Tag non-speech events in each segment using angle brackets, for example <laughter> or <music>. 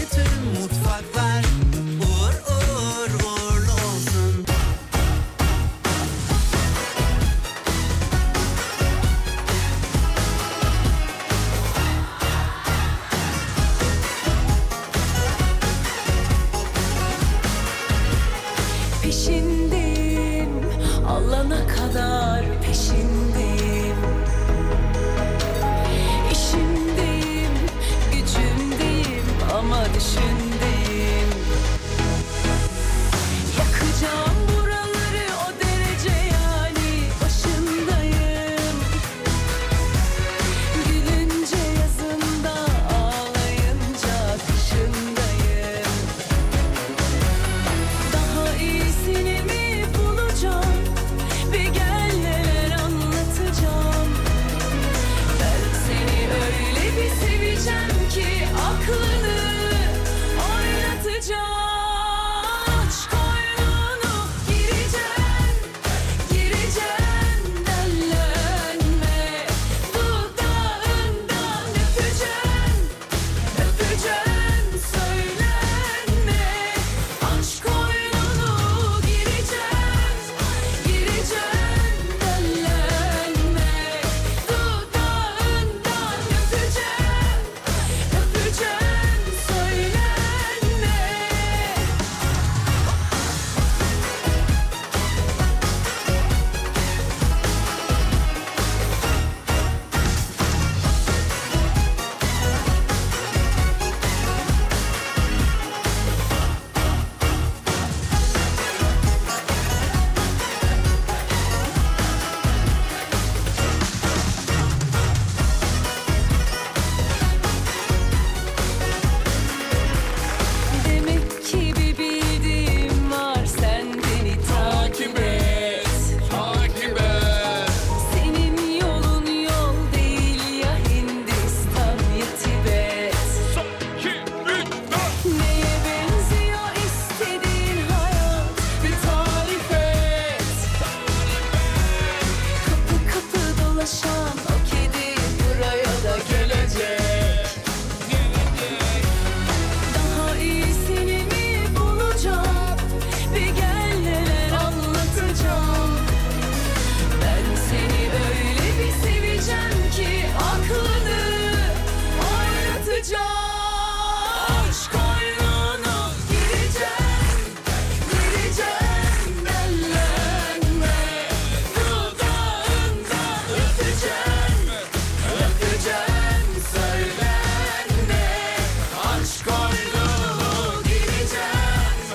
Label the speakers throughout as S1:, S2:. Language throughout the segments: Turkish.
S1: Bütün mutfaklar uğur uğur uğurlu olsun.
S2: peşindim Alana kadar peşindim İşimdeyim, gücümdeyim ama düşündüm Yakacağım buraları o derece yani başındayım Gülünce yazında ağlayınca kışındayım daha iyisini mi bulacağım? Bir gel neler anlatacağım. Ben seni öyle bir seveceğim ki aklını oynatacağım. Aç koynunu gireceğim, gireceğim dellenme. Dudağından öpeceğim, Öpeceğim söylenme Aç koynunu gireceğim Gireceğim dellenme Dudağından öpeceğim Öpeceğim söylenme Demek ki bir bildiğim var sen beni takip et Takip et Senin yolun yol değil ya Hindistan ya Tibet Son, iki, üç, dört Neye benziyor istediğin hayat bir tarif et Kapı kapı dolaşan o kedi buraya da gelecek daha iyisini mi bulacağım? Bir gel neler anlatacağım. Ben seni öyle bir seveceğim ki aklını oynatacağım. Aşk oyununa gireceğim, gireceğim dellenme. Dudağından öpeceğim, öpeceğim söylenme. Aşk oyunu gireceğim,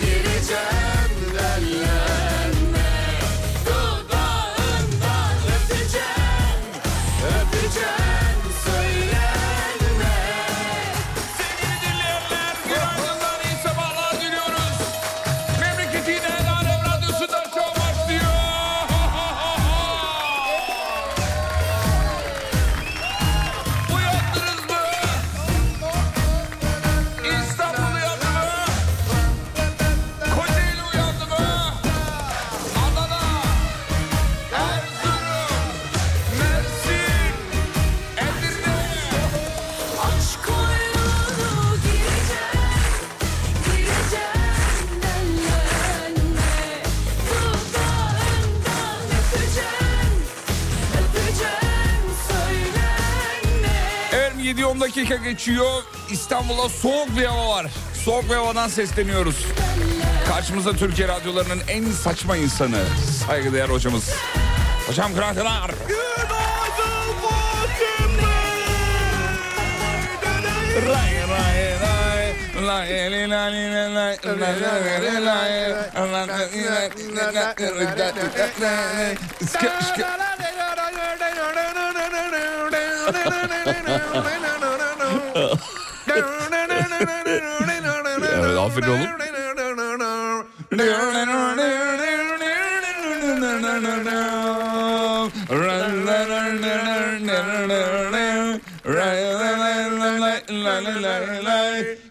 S2: gireceğim dellenme Dudağından öpeceğim, öpeceğim söylenme
S3: Sevgili dinleyenler, günaydınlar, iyi sabahlar diliyoruz. Memleketi yine El Alem Radyosu'nda şov başlıyor. <laughs> Uyandınız mı? İstanbul uyandı mı? Kocaeli uyandı mı? Adana, Erzurum, Mersin, Edirne,
S2: Aşk oyunu gireceğim, gireceğim dellenme. Dudağından öpeceğim, öpeceğim söylenme.
S3: Efendim 7-10 dakika geçiyor. İstanbul'a soğuk bir hava var. Soğuk bir havadan sesleniyoruz. Karşımızda Türkiye radyolarının en saçma insanı. Saygıdeğer hocamız. Hocam günaydınlar. Lay lay lay, lay li la li la lay, la la la li lay, la la la li la li la la, la la la li. Skı, skı. Evet, aferin oğlum.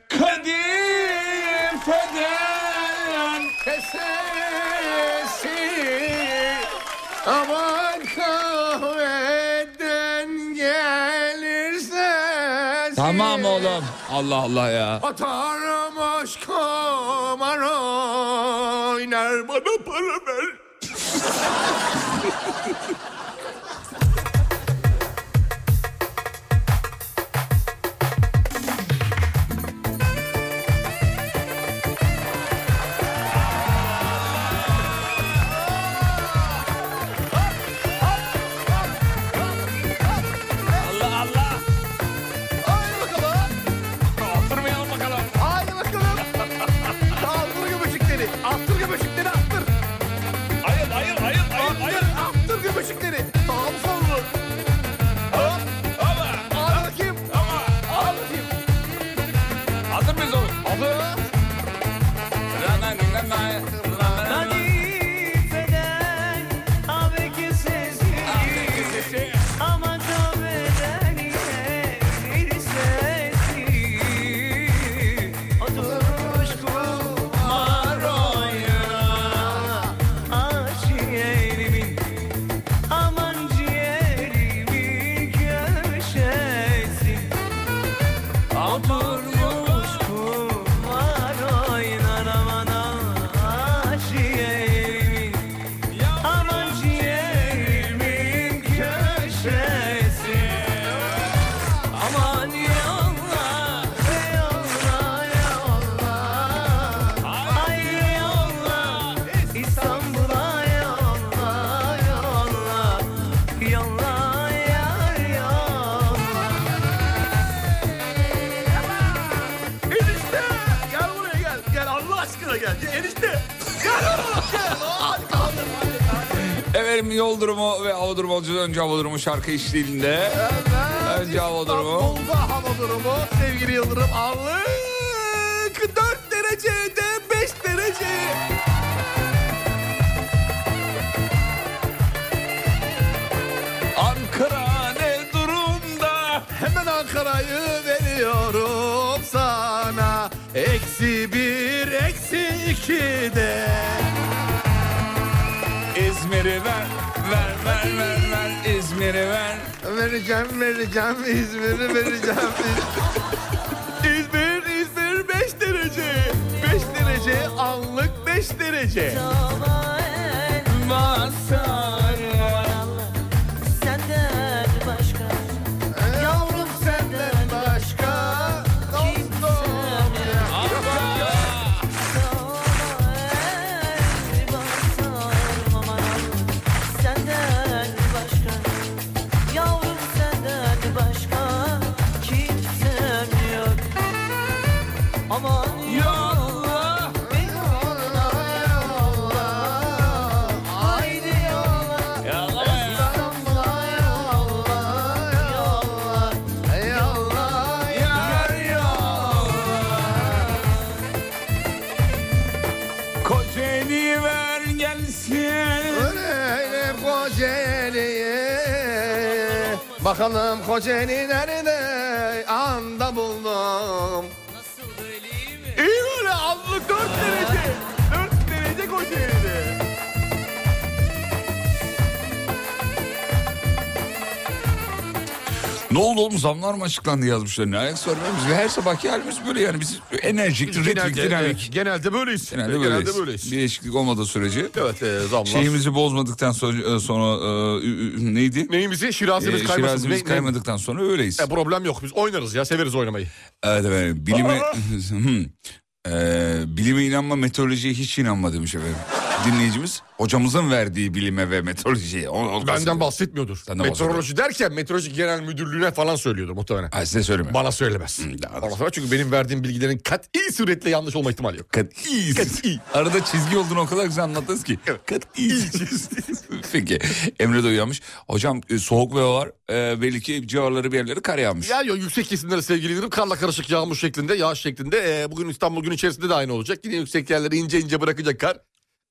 S4: Kadifeden kesesi ama
S5: Aman kahveden gelirse
S3: Tamam oğlum. Allah Allah ya.
S5: Atarım aşk kumar oynar bana para ver.
S3: Allah Allah.
S5: Haydi bakalım.
S3: Oturmayalım bakalım.
S5: Haydi bakalım. Kaldır göbecikleri. Attır göbecikleri attır.
S3: Hayır hayır hayır hayır hayır.
S5: Attır, attır göbecikleri. Sağ mı sol mu? Hop.
S3: Ama
S5: Al bakayım.
S3: ama.
S5: Al bakayım.
S3: Hazır mıyız oğlum?
S5: Atır.
S6: Aman ciğerimin köşesi Oturmuş kumar oynar aman ah ciğerimin Aman ciğerimin köşesi Aman yolla yolla yolla Ay yolla İstanbul'a yolla yolla Yolla yar yolla
S5: Enişte. Gel buraya gel. Gel Allah aşkına gel. Enişte. Gel oğlum gel. Hadi kaldır.
S3: Efendim yol durumu ve hava durumu olacağız. Önce hava durumu şarkı işliğinde.
S5: Evet.
S3: Önce hava durumu.
S5: İstanbul'da hava durumu. Sevgili Yıldırım Anlık 4 derecede 5 derece.
S3: Ankara ne durumda?
S5: Hemen Ankara'yı veriyorum sana. Eksi bir, eksi iki de.
S3: İzmir'i ver, ver, ver, ver, ver. İzmir'i ver.
S5: Vereceğim, vereceğim, İzmir'i vereceğim. İzmir, İzmir 5 derece. 5 derece, anlık 5 derece.
S6: Senden başka
S5: Yavrum senden başka. Kimse
S6: Senden başka Yavrum senden başka Kimsem yok Aman yolla Beni yolla yolla Haydi yolla İstanbul'a yolla yolla Yolla yar yolla
S3: Kocaeli ver gelsin.
S5: Öyle Kocaeli'ye Bakalım Kocaeli nerede Anda buldum İyi böyle allık 4 derece 4 derece Kocaeli'de
S3: Ne oldu oğlum zamlar mı açıklandı yazmışlar. Ne ayak sormuyoruz. Her sabahki halimiz böyle yani. Biz enerjik, ritmik, dinamik.
S5: genelde böyleyiz
S3: Genelde böyleyiz. Bir değişiklik olmadığı sürece.
S5: Evet e, zamlar
S3: Şeyimizi bozmadıktan sonra, sonra e, ü- ü- neydi?
S5: Neyimizi şirazemiz
S3: Ee,
S5: kaymasın
S3: şirazimiz
S5: Ne- ne-
S3: kaymadıktan sonra öyleyiz.
S5: E, problem yok biz oynarız ya severiz oynamayı
S3: Evet efendim bilime, <laughs> Hmm. Ee, bilime inanma meteorolojiye hiç inanma demiş efendim. Dinleyicimiz hocamızın verdiği bilime ve meteorolojiye. O, o
S5: Benden bahsetmiyordur
S3: Senden
S5: Meteoroloji derken meteoroloji genel müdürlüğüne falan söylüyordur muhtemelen
S3: Ha, size söylemiyorum.
S5: Bana söylemez.
S3: daha doğrusu.
S5: Bana söylemez çünkü benim verdiğim bilgilerin kat'i suretle yanlış olma ihtimali yok.
S3: Kat iyi.
S5: Kat'i.
S3: Arada çizgi olduğunu o kadar güzel anlattınız ki. Kat iyi. <laughs> Peki Emre de uyanmış. Hocam e, soğuk ve var. E, belli ki civarları bir yerleri kar yağmış.
S5: Ya yok yüksek kesimlere sevgili Yıldırım karla karışık yağmur şeklinde yağış şeklinde. Ee, bugün İstanbul gün içerisinde de aynı olacak. Yine yüksek yerlere ince ince bırakacak kar.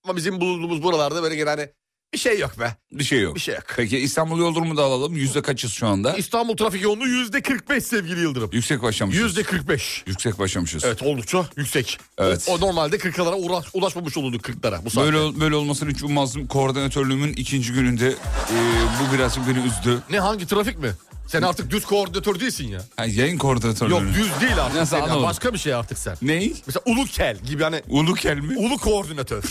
S5: Ama bizim bulunduğumuz buralarda böyle gene hani
S4: Bir şey yok be.
S3: Bir şey yok.
S4: Bir şey yok.
S3: Peki İstanbul yol durumu da alalım. Yüzde kaçız şu anda?
S4: İstanbul trafik yoğunluğu yüzde 45 sevgili Yıldırım.
S3: Yüksek başlamışız.
S4: Yüzde 45.
S3: Yüksek başlamışız.
S4: Evet oldukça yüksek.
S3: Evet.
S4: O, o normalde 40'lara uğraş, ulaşmamış olurduk 40'lara bu saatte.
S3: Böyle, ol- böyle olmasını hiç ummazdım. Koordinatörlüğümün ikinci gününde e, bu birazcık beni üzdü.
S4: Ne hangi trafik mi? Sen artık düz koordinatör değilsin ya.
S3: Ha, yayın koordinatörlüğü.
S4: Yok düz değil artık.
S3: Nasıl
S4: sen ya.
S3: anlamadım?
S4: Başka bir şey artık sen.
S3: Ney?
S4: Mesela Ulukel gibi hani
S3: Ulukel mi? <laughs>
S4: ulu koordinatör.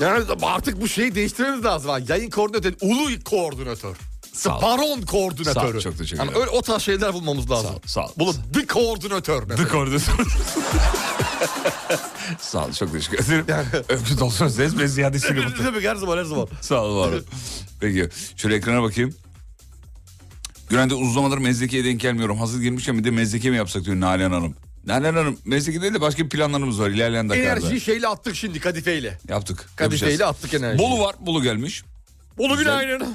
S4: yani artık bu şeyi değiştirmemiz lazım. ha. Yayın koordinatörü, ulu koordinatör.
S3: Sağ ol.
S4: Baron koordinatörü.
S3: Sağ ol, çok teşekkür
S4: Yani
S3: ederim.
S4: öyle o tarz şeyler bulmamız lazım.
S3: sağ ol.
S4: Bunu the <laughs> koordinatör mesela.
S3: The koordinatör. Sağ ol çok teşekkür ederim. Öptü dolsun ses ve ziyadesiyle mutlu.
S4: Değil mi? Her zaman her zaman.
S3: Sağ ol var ol. Peki şöyle ekrana bakayım. Günaydın uzun zamandır mezlekeye denk gelmiyorum. Hazır girmişken bir de mezleke mi yapsak diyor Nalan Hanım. Nalan Hanım mezleke değil de başka bir planlarımız var ilerleyen dakikalarda.
S4: Enerjiyi şeyle attık şimdi kadifeyle.
S3: Yaptık.
S4: Kadifeyle
S3: yapacağız.
S4: attık enerjiyi.
S3: Bolu var Bolu gelmiş.
S4: Bolu
S3: Güzel.
S4: günaydın.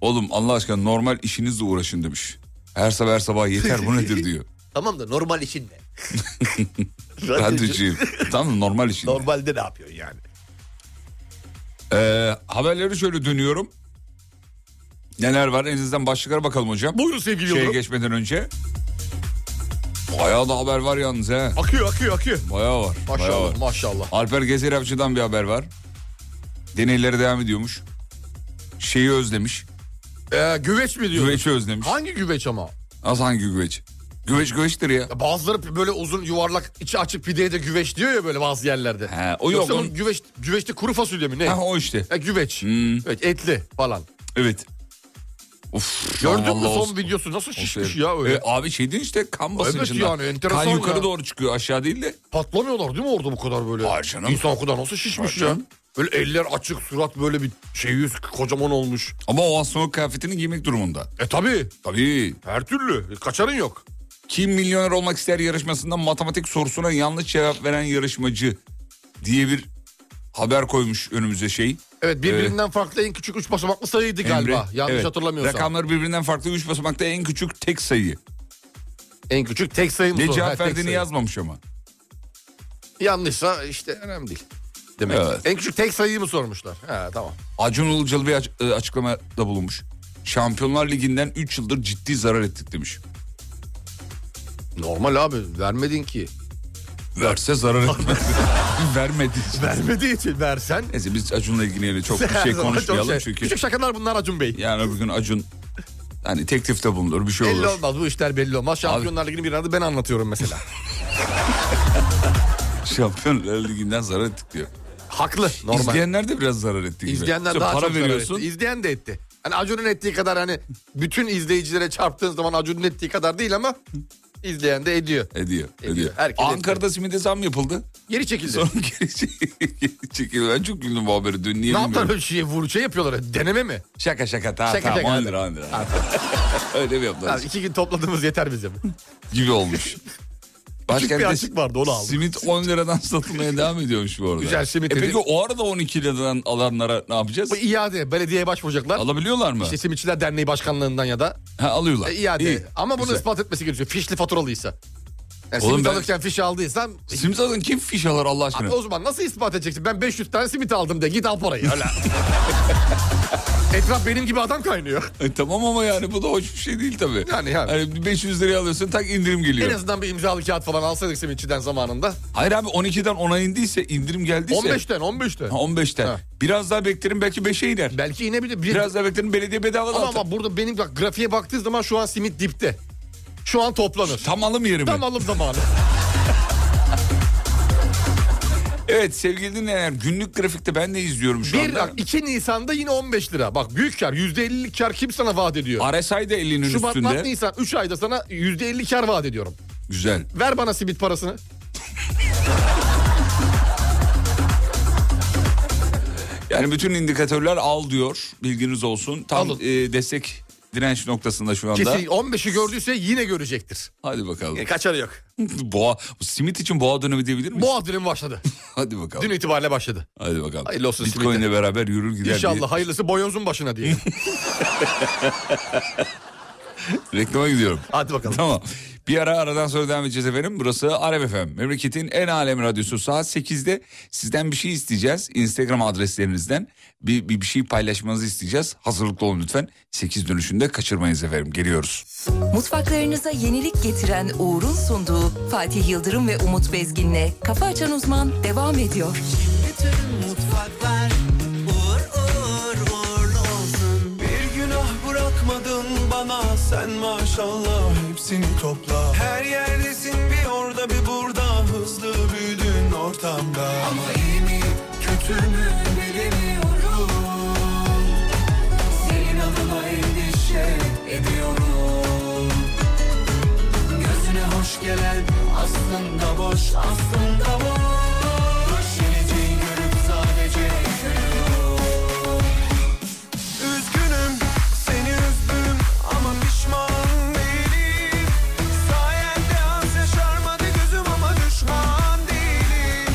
S3: Oğlum Allah aşkına normal işinizle uğraşın demiş. Her sabah her sabah yeter bu nedir diyor.
S4: Tamam da normal işin <laughs> ne?
S3: Radyocuyum. tamam mı? normal işin.
S4: Normalde ne yapıyorsun yani?
S3: Ee, haberleri şöyle dönüyorum. Neler var elinizden başlıklara bakalım hocam.
S4: Buyurun sevgili
S3: Şeye
S4: Yıldırım.
S3: geçmeden önce. Bayağı da haber var yalnız he.
S4: Akıyor akıyor akıyor.
S3: Bayağı var. Bayağı var.
S4: Maşallah maşallah.
S3: Alper Gezer Avcı'dan bir haber var. Deneyleri devam ediyormuş. Şeyi özlemiş.
S4: Ee, güveç mi diyor?
S3: Güveç'i özlemiş.
S4: Hangi güveç ama?
S3: Az hangi güveç? Güveç güveçtir ya.
S4: Ya Bazıları böyle uzun yuvarlak içi açık pideye de güveç diyor ya böyle bazı yerlerde.
S3: He, o
S4: Yoksa
S3: yok,
S4: bu
S3: o-
S4: güveç, güveçte kuru fasulye mi ne?
S3: Ha, o işte.
S4: Ya güveç.
S3: Hmm.
S4: Evet etli falan.
S3: Evet. Of.
S4: Gördün
S3: ya
S4: mü
S3: vallahi
S4: son
S3: olsun.
S4: videosu nasıl
S3: Olsun.
S4: şişmiş ya öyle.
S3: E, abi şey değil işte kan basıncından.
S4: yani, enteresan
S3: kan yukarı
S4: ya.
S3: doğru çıkıyor aşağı değil de.
S4: Patlamıyorlar değil mi orada bu kadar böyle?
S3: Hayır canım.
S4: İnsan o kadar nasıl şişmiş
S3: Hayır
S4: ya?
S3: canım.
S4: Böyle eller açık surat böyle bir şey yüz kocaman olmuş.
S3: Ama o astronaut kıyafetini giymek durumunda.
S4: E tabi
S3: Tabii.
S4: her türlü E, kaçarın yok.
S3: Kim milyoner olmak ister yarışmasında matematik sorusuna yanlış cevap veren yarışmacı diye bir haber koymuş önümüze şey.
S4: Evet birbirinden farklı en küçük üç basamaklı sayıydı
S3: Emre.
S4: galiba. Yanlış
S3: Evet.
S4: hatırlamıyorsam.
S3: Rakamları birbirinden farklı 3 basamakta en küçük tek sayı.
S4: En küçük tek sayımız
S3: Ne
S4: o. Ha,
S3: cevap
S4: tek
S3: verdiğini
S4: sayı.
S3: yazmamış ama.
S4: Yanlışsa işte önemli değil. Demek ki.
S3: Evet.
S4: En küçük tek sayıyı mı sormuşlar? He tamam.
S3: Acun Ilıcalı bir aç- e, açıklamada bulunmuş. Şampiyonlar Ligi'nden 3 yıldır ciddi zarar ettik demiş.
S4: Normal abi vermedin ki.
S3: Verse zarar etmez.
S4: <laughs>
S3: Vermedi.
S4: Vermediği için versen.
S3: Neyse biz Acun'la ilgili öyle çok bir
S4: her
S3: şey
S4: zaman çok
S3: konuşmayalım
S4: şey.
S3: çünkü.
S4: Küçük şakalar bunlar Acun Bey.
S3: Yani öbür gün Acun hani teklifte bulunur bir şey
S4: belli
S3: olur.
S4: olmaz bu işler belli olmaz. Şampiyonlar Ligi'ni bir arada ben anlatıyorum mesela.
S3: Şampiyonlar Ligi'nden zarar ettik diyor.
S4: Haklı normal.
S3: İzleyenler de biraz zarar etti gibi.
S4: İzleyenler
S3: İşte
S4: daha
S3: para
S4: çok zarar
S3: veriyorsun.
S4: etti. İzleyen de etti. Hani Acun'un ettiği kadar hani bütün izleyicilere çarptığın zaman Acun'un ettiği kadar değil ama izleyen de ediyor.
S3: Ediyor, ediyor.
S4: Ediyor. Herkes
S3: e Ankara'da simide zam yapıldı.
S4: Geri çekildi.
S3: Sonra geri çekildi. <laughs> Geri çekildi. Ben çok güldüm bu haberi dün. Niye
S4: ne
S3: bilmiyorum.
S4: yaptılar öyle şey, vur, şey yapıyorlar deneme mi?
S3: Şaka şaka. Ta,
S4: Şaka
S3: tamam,
S4: şaka.
S3: andır, andır, andır. <laughs> Öyle mi yaptılar?
S4: Abi iki gün topladığımız yeter bize.
S3: Gibi olmuş.
S4: Küçük bir açık vardı onu aldım.
S3: Simit 10 liradan satılmaya devam ediyormuş bu arada.
S4: Güzel simit
S3: E peki
S4: dedi.
S3: o arada 12 liradan alanlara ne yapacağız?
S4: Bu iade belediyeye başvuracaklar.
S3: Alabiliyorlar mı?
S4: İşte Simitçiler Derneği Başkanlığından ya da
S3: ha, alıyorlar.
S4: e, iade.
S3: İyi,
S4: Ama bunu
S3: güzel.
S4: ispat etmesi gerekiyor. Fişli faturalıysa. Yani
S3: Oğlum
S4: simit
S3: ben-
S4: alırken fiş aldıysan
S3: Simit alın kim fiş alır Allah aşkına?
S4: Abi o zaman nasıl ispat edeceksin? Ben 500 tane simit aldım de git al parayı.
S3: <laughs>
S4: Öyle. Etraf benim gibi adam kaynıyor.
S3: E, tamam ama yani bu da hoş bir şey değil tabii.
S4: Yani, yani.
S3: Hani 500 liraya alıyorsun tak indirim geliyor.
S4: En azından bir imzalı kağıt falan alsaydık simitçiden zamanında.
S3: Hayır abi 12'den 10'a indiyse indirim geldiyse.
S4: 15'ten 15'ten.
S3: Ha, 15'ten.
S4: Ha.
S3: Biraz daha beklerim belki 5'e iner.
S4: Belki inebilir. Bir...
S3: Biraz daha beklerim belediye bedava da
S4: ama,
S3: atar.
S4: ama burada benim bak grafiğe baktığı zaman şu an simit dipte. Şu an toplanır.
S3: Tam alım yeri mi?
S4: Tam alım zamanı.
S3: Evet sevgili dinleyenler günlük grafikte ben de izliyorum şu
S4: bir,
S3: anda.
S4: bak, 2 Nisan'da yine 15 lira. Bak büyük kar %50'lik kar kim sana vaat ediyor?
S3: RSI de 50'nin
S4: Şubat,
S3: üstünde.
S4: Mart, Nisan 3 ayda sana %50 kar vaat ediyorum.
S3: Güzel.
S4: Ver bana simit parasını.
S3: Yani bütün indikatörler al diyor. Bilginiz olsun. Tam
S4: Alın.
S3: e, destek direnç noktasında şu anda.
S4: Kesin 15'i gördüyse yine görecektir.
S3: Hadi bakalım.
S4: E, Kaçarı yok.
S3: boğa simit için boğa dönemi diyebilir miyiz?
S4: Boğa dönemi başladı.
S3: Hadi bakalım.
S4: Dün
S3: <laughs>
S4: itibariyle başladı.
S3: Hadi bakalım.
S4: Hayırlı olsun
S3: Bitcoin'le
S4: simite.
S3: beraber yürür gider diye.
S4: İnşallah hayırlısı boyozun
S3: <laughs>
S4: başına diye.
S3: Reklama gidiyorum.
S4: Hadi
S3: <laughs>
S4: bakalım.
S3: Tamam. Bir ara aradan sonra devam edeceğiz efendim. Burası Alem FM. Memleketin en alem radyosu. Saat 8'de sizden bir şey isteyeceğiz. Instagram adreslerinizden bir, bir, bir şey paylaşmanızı isteyeceğiz. Hazırlıklı olun lütfen. 8 dönüşünde kaçırmayınız efendim. Geliyoruz.
S7: Mutfaklarınıza yenilik getiren Uğur'un sunduğu Fatih Yıldırım ve Umut Bezgin'le Kafa Açan Uzman devam ediyor.
S6: Bütün mutfaklar uğur uğur uğurlu olsun Bir günah bırakmadın bana sen maşallah hepsini topla Her yerdesin bir orada bir burada hızlı büyüdün ortamda Ama iyi mi kötü mü bilemiyorum Senin adına endişe ediyorum Gözüne hoş gelen aslında boş aslında boş Geleceği görüp sadece üzülüyorum Üzgünüm seni üzdüm ama pişman değilim Sayende az yaşarmadı gözüm ama düşman değilim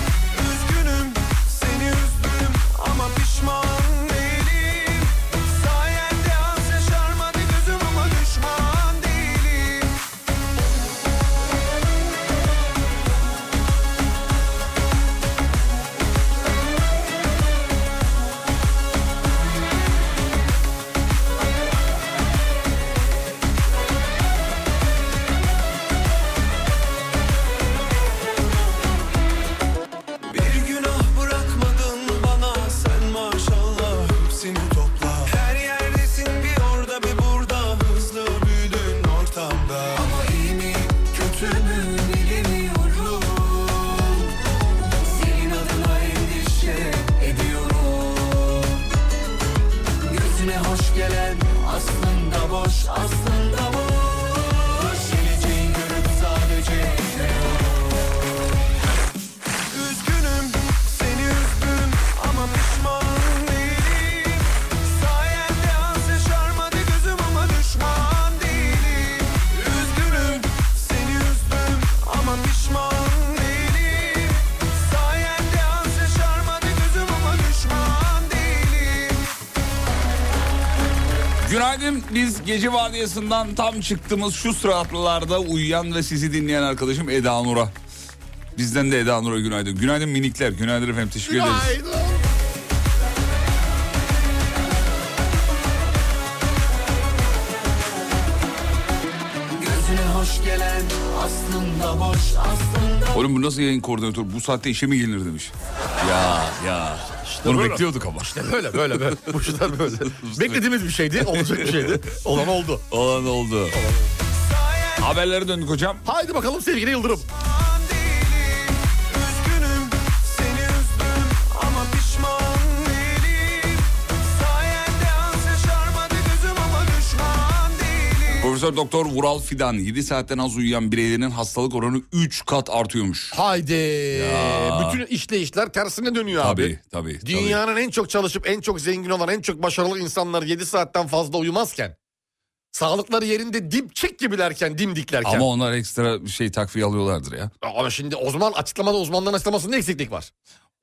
S6: Üzgünüm seni üzdüm ama pişman değilim Sayende az yaşarmadı gözüm ama düşman değilim Bir günah bırakmadın bana sen maşallah hepsini topla Her yerdesin bir orada bir burada hızlı büyüdün ortamda Ama iyi mi kötü mü bilemiyorum Senin adına endişe ediyorum Gözüne hoş gelen aslında boş aslında boş Geleceği görüp sadece üzülüyorum Üzgünüm seni üzdüm ama pişman değilim Sayende az yaşarmadı gözüm ama düşman değilim Üzgünüm seni üzdüm ama pişman değilim Sayende az yaşarmadı gözüm ama düşman değilim
S3: Günaydın. Biz gece vardiyasından tam çıktığımız şu sıratlılarda uyuyan ve sizi dinleyen arkadaşım Eda Nur'a. Bizden de Eda Nur'a günaydın. Günaydın minikler. Günaydın efendim. Teşekkür ederiz.
S6: Gözüne hoş gelen aslında boş aslında
S3: Oğlum bu nasıl yayın koordinatörü? Bu saatte işe mi gelinir demiş. Ya ya. Bunu
S4: böyle.
S3: bekliyorduk ama.
S4: Böyle
S3: <laughs>
S4: böyle böyle. Bu işler böyle. Beklediğimiz bir şeydi, olacak bir şeydi. Olan oldu.
S3: Olan oldu. Haberlere döndük hocam.
S4: Haydi bakalım sevgili Yıldırım.
S6: Pişman değilim, üzgünüm seni üzdüm ama pişman değilim. Sayende az yaşarmadı gözüm ama düşman değilim.
S3: Profesör Doktor Vural Fidan 7 saatten az uyuyan bireylerin hastalık oranı 3 kat artıyormuş.
S4: Haydi. Bütün işleyişler tersine dönüyor
S3: Tabii
S4: abi.
S3: tabii. tabii.
S4: Dünyanın en çok çalışıp en çok zengin olan en çok başarılı insanlar 7 saatten fazla uyumazken sağlıkları yerinde dipçik gibilerken dimdiklerken.
S3: Ama
S4: Ama,
S3: onlar ekstra bir şey takviye alıyorlardır ya.
S4: şimdi o zaman açıklamada uzmanların açıklamasında eksiklik var.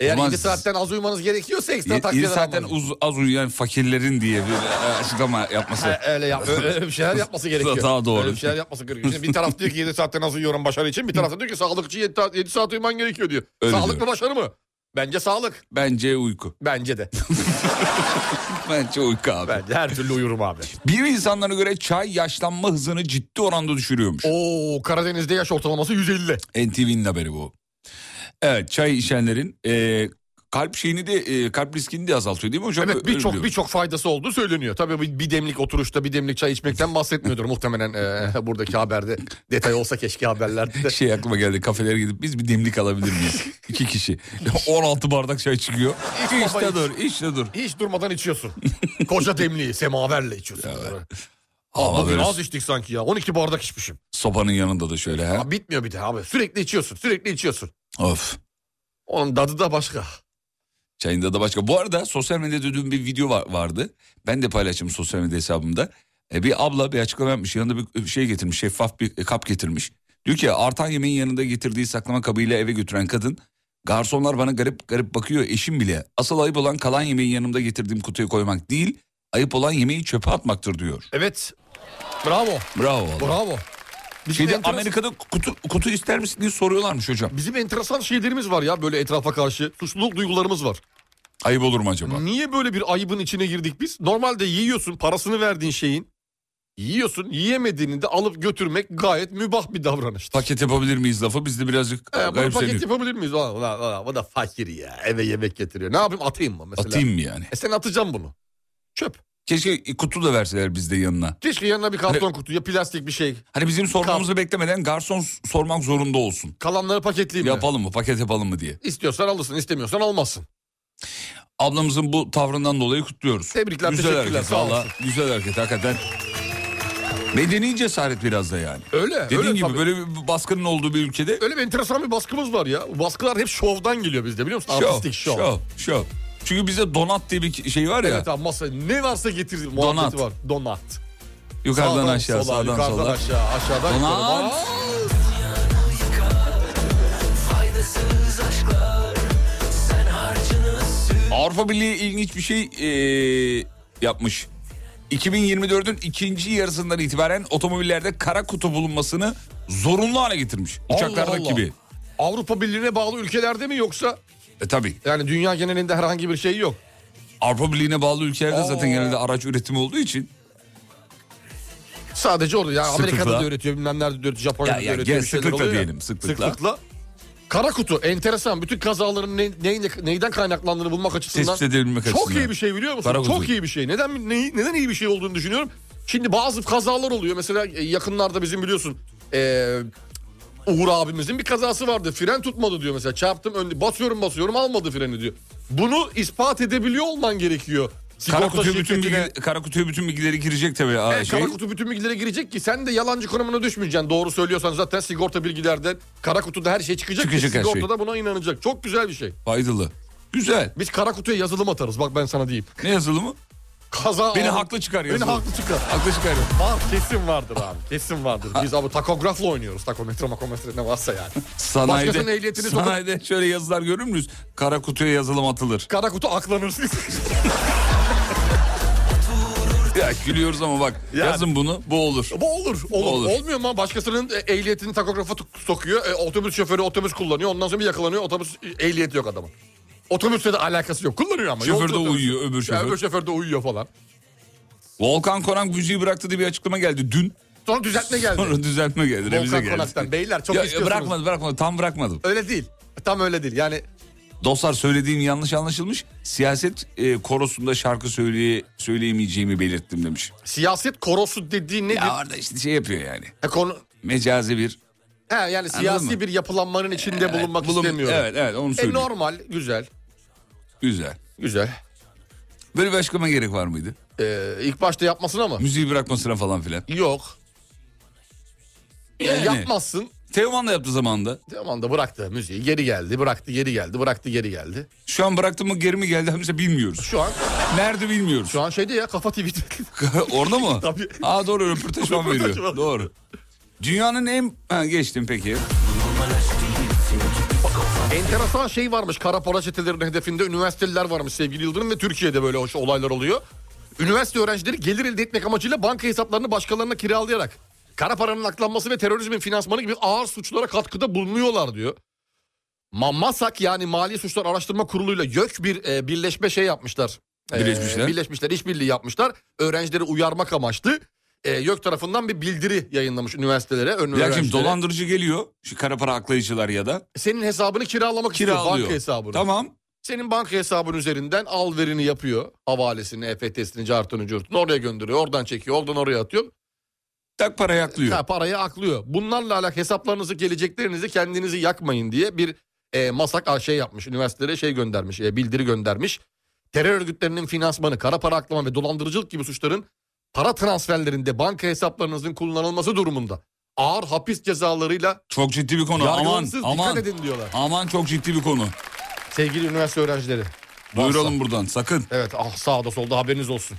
S4: Eğer
S3: Zaman-
S4: 7 saatten az uyumanız gerekiyorsa ekstra
S3: 7
S4: takviyeler
S3: saatten
S4: almanız-
S3: uz- az uyuyan fakirlerin diye bir e, açıklama yapması.
S4: Ha, öyle, yap, öyle, öyle bir
S3: <laughs>
S4: şeyler yapması gerekiyor.
S3: Daha doğru.
S4: Öyle bir şeyler yapması gerekiyor. Şimdi bir taraf diyor ki 7 saatten az uyuyorum başarı için. Bir taraf da diyor ki sağlıkçı 7, saat uyuman gerekiyor diyor.
S3: Öyle
S4: sağlık
S3: diyor.
S4: mı başarı mı? Bence sağlık.
S3: Bence uyku. <laughs>
S4: Bence de.
S3: Bence uyku abi.
S4: Bence her türlü uyurum abi.
S3: Bilim insanlara göre çay yaşlanma hızını ciddi oranda düşürüyormuş.
S4: Oo Karadeniz'de yaş ortalaması 150.
S3: NTV'nin haberi bu. Evet çay içenlerin e, kalp şeyini de e, kalp riskini de azaltıyor değil mi hocam?
S4: Evet
S3: Öyle
S4: birçok
S3: diyor.
S4: birçok faydası olduğu söyleniyor. Tabii bir- bir demlik oturuşta bir demlik çay
S3: <laughs>
S4: içmekten bahsetmiyordur muhtemelen e, <laughs> buradaki haberde. Detay olsa keşke haberlerde de.
S3: şey aklıma geldi kafelere gidip biz bir demlik alabilir miyiz? İki kişi. <laughs> 16 bardak çay çıkıyor.
S4: İç baba,
S3: işte
S4: iç.
S3: dur işte dur.
S4: Hiç durmadan içiyorsun. Koca demliği semaverle içiyorsun.
S3: Ama
S4: Ama bugün
S3: böyle
S4: az içtik sanki ya. 12 bardak içmişim.
S3: sopanın yanında da şöyle ha.
S4: Ya bitmiyor bir de abi. Sürekli içiyorsun. Sürekli içiyorsun.
S3: Of.
S4: Onun tadı da başka.
S3: Çayında da başka. Bu arada sosyal medyada dün bir video va- vardı. Ben de paylaştım sosyal medya hesabımda. E, bir abla bir açıklama yapmış. Yanında bir şey getirmiş. Şeffaf bir kap getirmiş. Diyor ki artan yemeğin yanında getirdiği saklama kabıyla eve götüren kadın. Garsonlar bana garip garip bakıyor eşim bile. Asıl ayıp olan kalan yemeğin yanımda getirdiğim kutuya koymak değil. Ayıp olan yemeği çöpe atmaktır diyor.
S4: Evet. Bravo.
S3: Bravo. valla.
S4: Bravo. Bizim,
S3: Şeyde
S4: enteresan-
S3: Amerika'da kutu, kutu ister misin diye soruyorlarmış hocam.
S4: bizim enteresan şeylerimiz var ya böyle etrafa karşı. Suçluluk duygularımız var.
S3: Ayıp olur mu acaba?
S4: Niye böyle bir ayıbın içine girdik biz? Normalde yiyorsun parasını verdiğin şeyin. Yiyorsun yiyemediğini de alıp götürmek gayet mübah bir davranıştır.
S3: Paket yapabilir miyiz lafı? Biz de birazcık
S4: Ee, bunu
S3: garipseniyor.
S4: paket yapabilir miyiz? Ulan, ulan, ulan, bu da fakir ya eve yemek getiriyor. Ne yapayım atayım mı mesela?
S3: Atayım mı yani?
S4: E sen atacaksın bunu. Çöp.
S3: Keşke kutu da verseler bizde yanına.
S4: Keşke yanına bir karton kutu ya plastik bir şey.
S3: Hani bizim sormamızı beklemeden garson s- sormak zorunda olsun.
S4: Kalanları paketleyeyim mi?
S3: Yapalım mı paket yapalım mı diye.
S4: İstiyorsan alırsın istemiyorsan almazsın.
S3: Ablamızın bu tavrından dolayı kutluyoruz.
S4: Tebrikler,
S3: güzel
S4: teşekkürler,
S3: hareket,
S4: sağ
S3: valla
S4: olasın.
S3: Güzel hareket hakikaten. Medeni cesaret biraz da yani.
S4: Öyle.
S3: Dediğin
S4: öyle
S3: gibi
S4: tabii.
S3: böyle bir baskının olduğu bir ülkede
S4: Öyle bir enteresan bir baskımız var ya. Bu baskılar hep şovdan geliyor bizde biliyor musun? Artistik şov.
S3: şov, şov. Çünkü bize donat diye bir şey var ya.
S4: Evet abi masa ne varsa getir muhabbeti
S3: Donat.
S4: var. Donat.
S3: Yukarıdan aşağı,
S4: sola,
S3: sağdan
S4: yukarıdan
S3: sola.
S4: aşağı, aşağıdan
S3: Donat.
S4: yukarı. Aa,
S3: Avrupa Birliği ilginç bir şey e, yapmış. 2024'ün ikinci yarısından itibaren otomobillerde kara kutu bulunmasını zorunlu hale getirmiş. Uçaklardaki
S4: Allah Allah.
S3: gibi.
S4: Avrupa Birliği'ne bağlı ülkelerde mi yoksa
S3: E tabi.
S4: yani dünya genelinde herhangi bir şey yok.
S3: Avrupa Birliği'ne bağlı ülkelerde
S4: Aa.
S3: zaten genelde araç üretimi olduğu için.
S4: Sadece orada yani
S3: Sıklıkla.
S4: Amerika'da da üretiyor bilmem nerede de üretiyor Japonya'da
S3: Ya,
S4: da
S3: ya,
S4: üretiyor.
S3: gel
S4: bir şeyler
S3: sıklıkla
S4: oluyor ya.
S3: diyelim, sıklıkla.
S4: Kara kutu enteresan bütün kazaların ne, neyin- neyden kaynaklandığını bulmak açısından.
S3: Tespit edebilmek
S4: Çok
S3: açısından.
S4: iyi bir şey biliyor musun?
S3: Kara kutu.
S4: Çok iyi bir şey. Neden neyi- neden iyi bir şey olduğunu düşünüyorum. Şimdi bazı kazalar oluyor. Mesela e, yakınlarda bizim biliyorsun e, Uğur abimizin bir kazası vardı. Fren tutmadı diyor mesela. Çarptım önde basıyorum basıyorum almadı freni diyor. Bunu ispat edebiliyor olman gerekiyor.
S3: Kara
S4: Sigorta
S3: kutuya, bütün
S4: şirketine-
S3: bilgi, kara kutuya bütün bilgileri girecek tabii. aa,
S4: Evet,
S3: şey.
S4: Kara Ee, kutu bütün bilgilere girecek ki sen de yalancı konumuna düşmeyeceksin. Doğru söylüyorsan zaten sigorta bilgilerden kara kutuda her şey çıkacak.
S3: Çıkacak her şey.
S4: sigorta da buna inanacak. Çok güzel bir şey.
S3: Faydalı. Güzel.
S4: Biz kara kutuya yazılım atarız bak ben sana diyeyim.
S3: Ne yazılı mı?
S4: Kaza
S3: Beni
S4: anı-
S3: haklı çıkar
S4: Beni
S3: yazılı.
S4: haklı çıkar.
S3: Haklı çıkar.
S4: Var kesin vardır abi kesin vardır. Biz abi takografla oynuyoruz takometre makometre ne varsa yani. Başkasının
S3: Sanayide,
S4: ehliyetini sokup-
S3: sanayide şöyle yazılar görür müyüz? Kara kutuya yazılım atılır. <laughs>
S4: Kara kutu aklanırsın.
S3: Ya gülüyoruz ama bak
S4: Yani.
S3: yazın bunu bu olur.
S4: <laughs> Bu olur, olur.
S3: olur.
S4: Olmuyor mu? Başkasının e, ehliyetini takografa tok- sokuyor. E, otobüs şoförü otobüs kullanıyor. Ondan sonra bir yakalanıyor. Otobüs e, ehliyeti yok adamın. Otobüsle de alakası yok. Kullanıyor ama.
S3: Şoför
S4: Yolcu
S3: de
S4: otobüsü.
S3: uyuyor, öbür
S4: Ya,
S3: şoför.
S4: Öbür şoför de uyuyor falan.
S3: Volkan Konak müziği bıraktı diye bir açıklama geldi dün.
S4: Sonra düzeltme geldi.
S3: Sonra düzeltme geldi. revize
S4: Volkan
S3: geldi.
S4: Konak'tan. Beyler
S3: <laughs>
S4: çok
S3: ya, e,
S4: istiyorsunuz.
S3: bırakmadı bırakmadı tam bırakmadım.
S4: Öyle değil. Tam öyle değil. Yani
S3: Dostlar söylediğim yanlış anlaşılmış. Siyaset e, korosunda şarkı söyleye, söyleyemeyeceğimi belirttim demiş.
S4: siyaset korosu dediğin nedir?
S3: Ya orada işte şey yapıyor yani.
S4: E, konu...
S3: Mecazi bir.
S4: He, yani
S3: mı?
S4: siyasi bir yapılanmanın içinde bulunmak
S3: bulun-
S4: istemiyorum.
S3: Evet evet onu
S4: E,
S3: söylüyor.
S4: normal, güzel,
S3: Güzel.
S4: güzel.
S3: Böyle bir açıklama gerek var mıydı?
S4: E, ilk başta yapmasına mı?
S3: Müziği bırakmasına falan filan.
S4: Yok. E,
S3: Yani.
S4: yapmazsın.
S3: Teoman da yaptı zamanında.
S4: Teoman da bıraktı müziği. Geri geldi, bıraktı, geri geldi, bıraktı, geri geldi.
S3: Şu an bıraktı mı geri mi geldi Hamza bilmiyoruz.
S4: Şu an
S3: Nerede bilmiyoruz.
S4: şu an şeyde ya Kafa TV'de.
S3: <laughs> Orada mı?
S4: <laughs> Tabii.
S3: Aa doğru röportaj falan
S4: Röportaj
S3: veriyor.
S4: var.
S3: Doğru. Dünyanın en... Ha, geçtim peki.
S4: Enteresan şey varmış. Kara para çetelerinin hedefinde üniversiteliler varmış sevgili Yıldırım ve Türkiye'de böyle hoş olaylar oluyor. Üniversite öğrencileri gelir elde etmek amacıyla banka hesaplarını başkalarına kiralayarak kara paranın aklanması ve terörizmin finansmanı gibi ağır suçlara katkıda bulunuyorlar diyor. Ma- MASAK yani Mali Suçlar Araştırma Kurulu'yla YÖK bir e, birleşme şey yapmışlar. E,
S3: Birleşmişler.
S4: birleşmişler, işbirliği yapmışlar. Öğrencileri uyarmak amaçlı. E, YÖK tarafından bir bildiri yayınlamış üniversitelere. ön
S3: Ya şimdi
S4: öğrencilere.
S3: dolandırıcı geliyor. Şu kara para aklayıcılar ya da.
S4: Senin hesabını kiralamak istiyor
S3: Kiralıyor.
S4: banka hesabını.
S3: Tamam.
S4: Senin banka hesabın üzerinden al verini yapıyor. Havalesini, EFT'sini, cartını, curtunu oraya gönderiyor. Oradan çekiyor, oradan oraya atıyor.
S3: Tak parayı aklıyor.
S4: Ha, parayı aklıyor. Bunlarla alakalı hesaplarınızı, geleceklerinizi kendinizi yakmayın diye bir e, masak a, şey yapmış. Üniversitelere şey göndermiş, e, bildiri göndermiş. Terör örgütlerinin finansmanı, kara para aklama ve dolandırıcılık gibi suçların para transferlerinde banka hesaplarınızın kullanılması durumunda ağır hapis cezalarıyla
S3: Çok ciddi bir konu. Aman
S4: yargılanırsınız dikkat
S3: aman.
S4: edin diyorlar.
S3: Aman çok ciddi bir konu.
S4: Sevgili üniversite öğrencileri.
S3: Duyuralım buradan sakın.
S4: Evet ah sağda solda haberiniz olsun.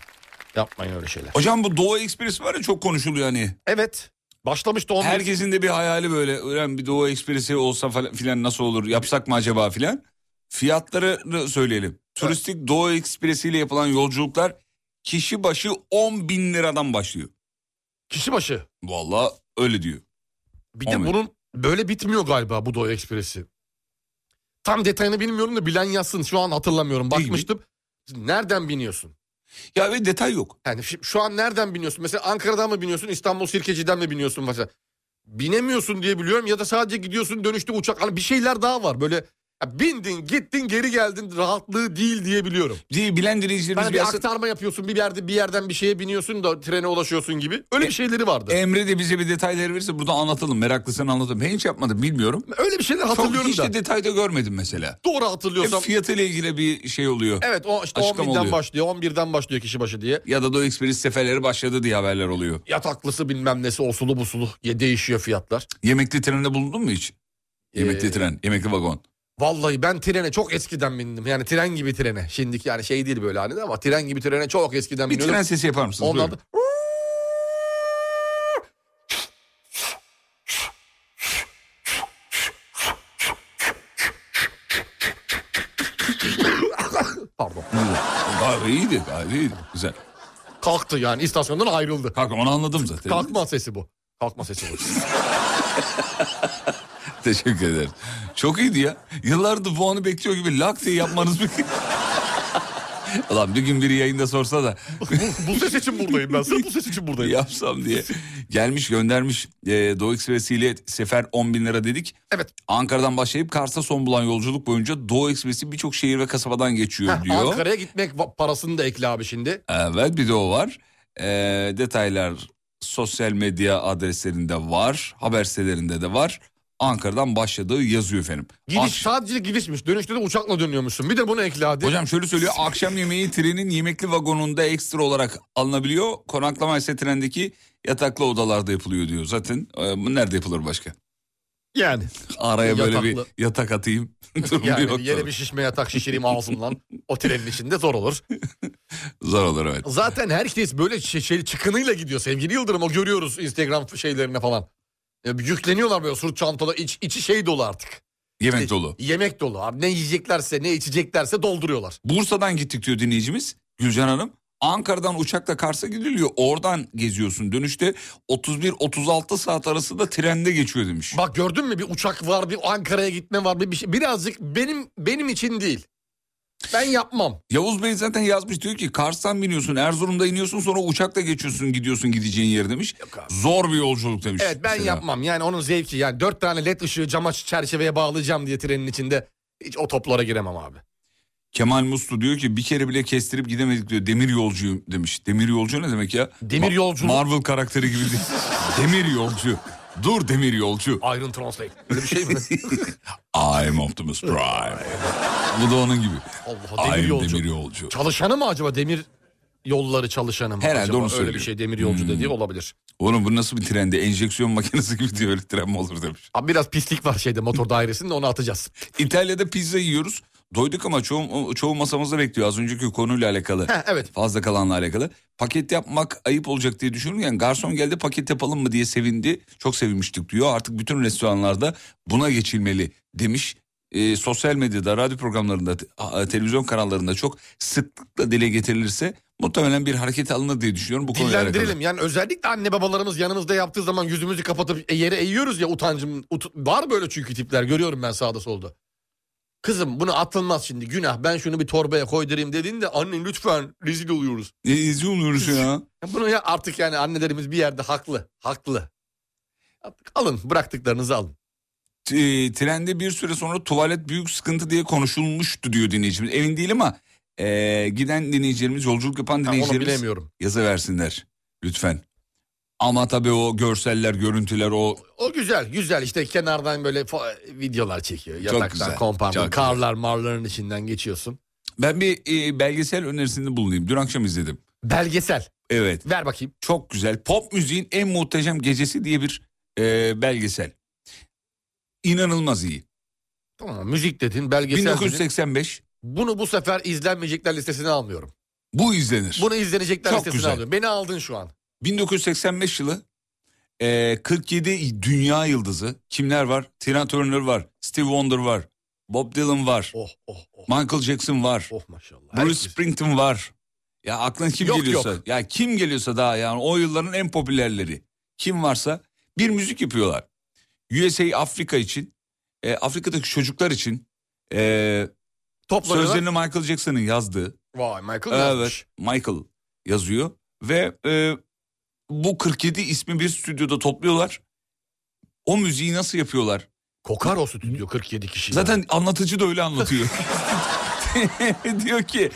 S4: Yapmayın öyle şeyler.
S3: Hocam bu Doğu Ekspresi var ya çok konuşuluyor hani.
S4: Evet. Başlamıştı 11.
S3: Herkesin de bir hayali böyle. Ulan bir Doğu Ekspresi olsa falan filan nasıl olur? Yapsak mı acaba filan? Fiyatları söyleyelim. Turistik Doğu Ekspresi ile yapılan yolculuklar kişi başı 10 bin liradan başlıyor.
S4: kişi başı.
S3: Vallahi öyle diyor.
S4: Bir de
S3: Olmuyor.
S4: bunun böyle bitmiyor galiba bu Doğu Ekspresi. Tam detayını bilmiyorum da bilen yazsın. Şu an hatırlamıyorum.
S3: Değil mi?
S4: Bakmıştım. Nereden biniyorsun?
S3: Ya ve detay yok.
S4: Yani şi- şu an nereden biniyorsun? Mesela Ankara'dan mı biniyorsun? İstanbul Sirkeci'den mi biniyorsun mesela? Binemiyorsun diye biliyorum ya da sadece gidiyorsun dönüşte uçak. Hani bir şeyler daha var böyle. ya bindin gittin geri geldin rahatlığı değil diye biliyorum.
S3: Di- Bilen dinleyicilerimiz
S4: Hani
S3: bir
S4: bir
S3: aslında-
S4: aktarma yapıyorsun bir yerde bir yerden bir şeye biniyorsun da trene ulaşıyorsun gibi. Öyle bir şeyleri vardı.
S3: Emre de bize bir detayları verirse burada anlatalım. Meraklısını anlatalım. Ben hiç yapmadım bilmiyorum.
S4: Öyle bir şeyler
S3: Çok
S4: hatırlıyorum
S3: hiç
S4: da. E,
S3: de detayda görmedim mesela.
S4: Doğru
S3: Hep
S4: hatırlıyorsam.
S3: fiyatıyla ilgili bir şey oluyor.
S4: Evet o işte
S3: Açıklama
S4: 10.000'den
S3: oluyor.
S4: başlıyor 11'den başlıyor kişi başı diye.
S3: Ya da Doğu Ekspresi seferleri başladı diye haberler oluyor.
S4: Yataklısı bilmem nesi osulu busulu ya değişiyor fiyatlar.
S3: Yemekli trende bulundun mu hiç? Yemekli
S4: Ee,
S3: tren, yemekli vagon.
S4: Vallahi ben trene çok eskiden bindim. Yani tren gibi trene. Şimdiki yani şey değil böyle hani de ama tren gibi trene çok eskiden
S3: Bir
S4: biniyordum.
S3: tren sesi yapar mısınız?
S4: Ondan da
S3: Buyurun.
S4: pardon.
S3: Abi iyiydi, abi iyiydi. Güzel.
S4: Kalktı yani istasyondan ayrıldı.
S3: Kalk onu anladım zaten.
S4: Kalkma sesi bu. Kalkma sesi bu.
S3: Teşekkür ederim. Çok iyiydi ya. Yıllardır bu anı bekliyor gibi lak diye yapmanız bir... <laughs> Ulan bir gün biri yayında sorsa da
S4: <laughs>
S3: <laughs>
S4: bu, bu ses için buradayım ben. Sırf bu ses için buradayım.
S3: yapsam diye. Gelmiş göndermiş e, Doğu Ekspresi'yle sefer 10 bin lira dedik.
S4: Evet.
S3: Ankara'dan başlayıp Kars'a son bulan yolculuk boyunca Doğu Ekspresi birçok şehir ve kasabadan geçiyor
S4: Heh,
S3: diyor.
S4: Ankara'ya gitmek va- parasını da ekle abi şimdi.
S3: Evet bir de o var. E, detaylar sosyal medya adreslerinde var. Haber sitelerinde de var. Ankara'dan başladığı yazıyor efendim.
S4: Gidiş
S3: Akş-
S4: sadece gidişmiş. Dönüşte de uçakla dönüyormuşsun. Bir de bunu ekle hadi.
S3: Hocam şöyle söylüyor akşam yemeği trenin yemekli vagonunda ekstra olarak alınabiliyor. Konaklama ise trendeki yataklı odalarda yapılıyor diyor zaten. e, bu nerede yapılır başka?
S4: yani.
S3: Araya böyle bir
S4: Yataklı.
S3: yatak atayım. <laughs> Durumu <laughs> yok.
S4: Yani yere bir şişme yatak şişireyim ağzımdan.
S3: <laughs>
S4: O trenin içinde zor olur.
S3: Zor olur evet.
S4: Zaten herkes böyle şey, şey çıkınıyla gidiyor sevgili Yıldırım. O görüyoruz Instagram şeylerine falan. Ya Yükleniyorlar böyle sırt çantalar. iç, içi şey dolu artık.
S3: Yemek dolu.
S4: Yemek dolu. Abi ne yiyeceklerse ne içeceklerse dolduruyorlar.
S3: Bursa'dan gittik diyor dinleyicimiz Gülcan Hanım. Ankara'dan uçakla Kars'a gidiliyor. Oradan geziyorsun. Dönüşte 31-36 saat arası da trende geçiyor demiş.
S4: Bak gördün mü bir uçak var, bir Ankara'ya gitme var, bir, bir şey. Birazcık benim benim için değil. Ben yapmam.
S3: Yavuz Bey zaten yazmış diyor ki Kars'tan biniyorsun Erzurum'da iniyorsun sonra uçakla geçiyorsun gidiyorsun gideceğin yere demiş. Zor bir yolculuk demiş.
S4: Evet ben
S3: mesela.
S4: yapmam. Yani onun zevki yani dört tane led ışığı cama çerçeveye bağlayacağım diye trenin içinde hiç o toplara giremem abi.
S3: Kemal Muslu diyor ki bir kere bile kestirip gidemedik diyor demir yolcuyum demiş. Demir yolcu ne demek ya?
S4: Demir
S3: Ma-
S4: yolculuk-
S3: Marvel karakteri gibi
S4: <laughs>
S3: değil. demir yolcu. Dur demir yolcu.
S4: Iron Translate. Öyle bir şey mi?
S3: <laughs> I'm Optimus Prime. Bu da onun gibi.
S4: Allah, demir
S3: I'm
S4: yolcu.
S3: demir yolcu.
S4: Çalışanı mı acaba demir yolları çalışanı mı?
S3: Herhalde
S4: acaba?
S3: onu
S4: Öyle bir
S3: söylüyor.
S4: şey demir yolcu dediği olabilir.
S3: Oğlum bu nasıl bir trendi? Enjeksiyon makinesi gibi diyor öyle tren mi olur demiş.
S4: Abi biraz pislik var şeyde motor dairesinde onu atacağız.
S3: İtalya'da pizza yiyoruz. Doyduk ama çoğu, çoğu masamızda bekliyor az önceki konuyla alakalı.
S4: <laughs> Heh, evet.
S3: Fazla kalanla alakalı. Paket yapmak ayıp olacak diye düşünürken garson geldi paket yapalım mı diye sevindi. Çok sevinmiştik diyor. Artık bütün restoranlarda buna geçilmeli demiş. Ee, sosyal medyada, radyo programlarında, te- a- televizyon kanallarında çok sıklıkla dile getirilirse muhtemelen bir hareket alınır diye düşünüyorum bu konuyla alakalı.
S4: Dillendirelim yani özellikle anne babalarımız yanımızda yaptığı zaman yüzümüzü kapatıp e, yere eğiyoruz ya utancım. ut- var böyle çünkü tipler görüyorum ben sağda solda. Kızım bunu atılmaz şimdi günah ben şunu bir torbaya koydurayım dediğinde anne lütfen rezil oluyoruz.
S3: E, izliyoruz ya.
S4: Ya Bunu ya artık yani annelerimiz bir yerde haklı haklı. Artık alın bıraktıklarınızı alın.
S3: e, trende bir süre sonra tuvalet büyük sıkıntı diye konuşulmuştu diyor dinleyicimiz. Emin değilim ama e, giden dinleyicilerimiz, yolculuk yapan
S4: Ha, onu
S3: dinleyicilerimiz
S4: bilemiyorum.
S3: yazıversinler lütfen. Ama tabii o görseller, görüntüler o
S4: O güzel güzel işte kenardan böyle fo- videolar çekiyor. Yataktan
S3: güzel,
S4: kompartman
S3: çok güzel.
S4: karlar marların içinden geçiyorsun.
S3: ben bir e, belgesel önerisinde bulunayım. Dün akşam izledim.
S4: Belgesel
S3: Evet,
S4: ver bakayım.
S3: çok güzel. Pop müziğin en muhteşem gecesi diye bir e, belgesel. İnanılmaz iyi.
S4: Tamam müzik dedin belgesel dedin.
S3: 1985
S4: Bunu bu sefer izlenmeyecekler listesine almıyorum.
S3: bu izlenir.
S4: Bunu izlenecekler
S3: Çok
S4: listesine
S3: güzel.
S4: alıyorum. Beni aldın şu an.
S3: 1985 yılı e, 47 dünya yıldızı kimler var? Tina Turner var, Steve Wonder var, Bob Dylan var,
S4: Oh oh oh.
S3: Michael Jackson var,
S4: Oh maşallah.
S3: Bruce
S4: Herkes-
S3: Springsteen var. Ya aklına kim
S4: Yok,
S3: geliyorsa,
S4: yok.
S3: ya kim geliyorsa daha yani o yılların en popülerleri kim varsa bir müzik yapıyorlar. USA Afrika için, e, Afrika'daki çocuklar için e,
S4: Toplanıyorlar.
S3: sözlerini Michael Jackson'ın yazdığı.
S4: Vay Michael
S3: Evet
S4: yazmış.
S3: Michael yazıyor ve e, bu 47 ismi bir stüdyoda topluyorlar. O müziği nasıl yapıyorlar?
S4: Kokar o stüdyo 47 kişi.
S3: Zaten anlatıcı da öyle anlatıyor. <laughs> diyor ki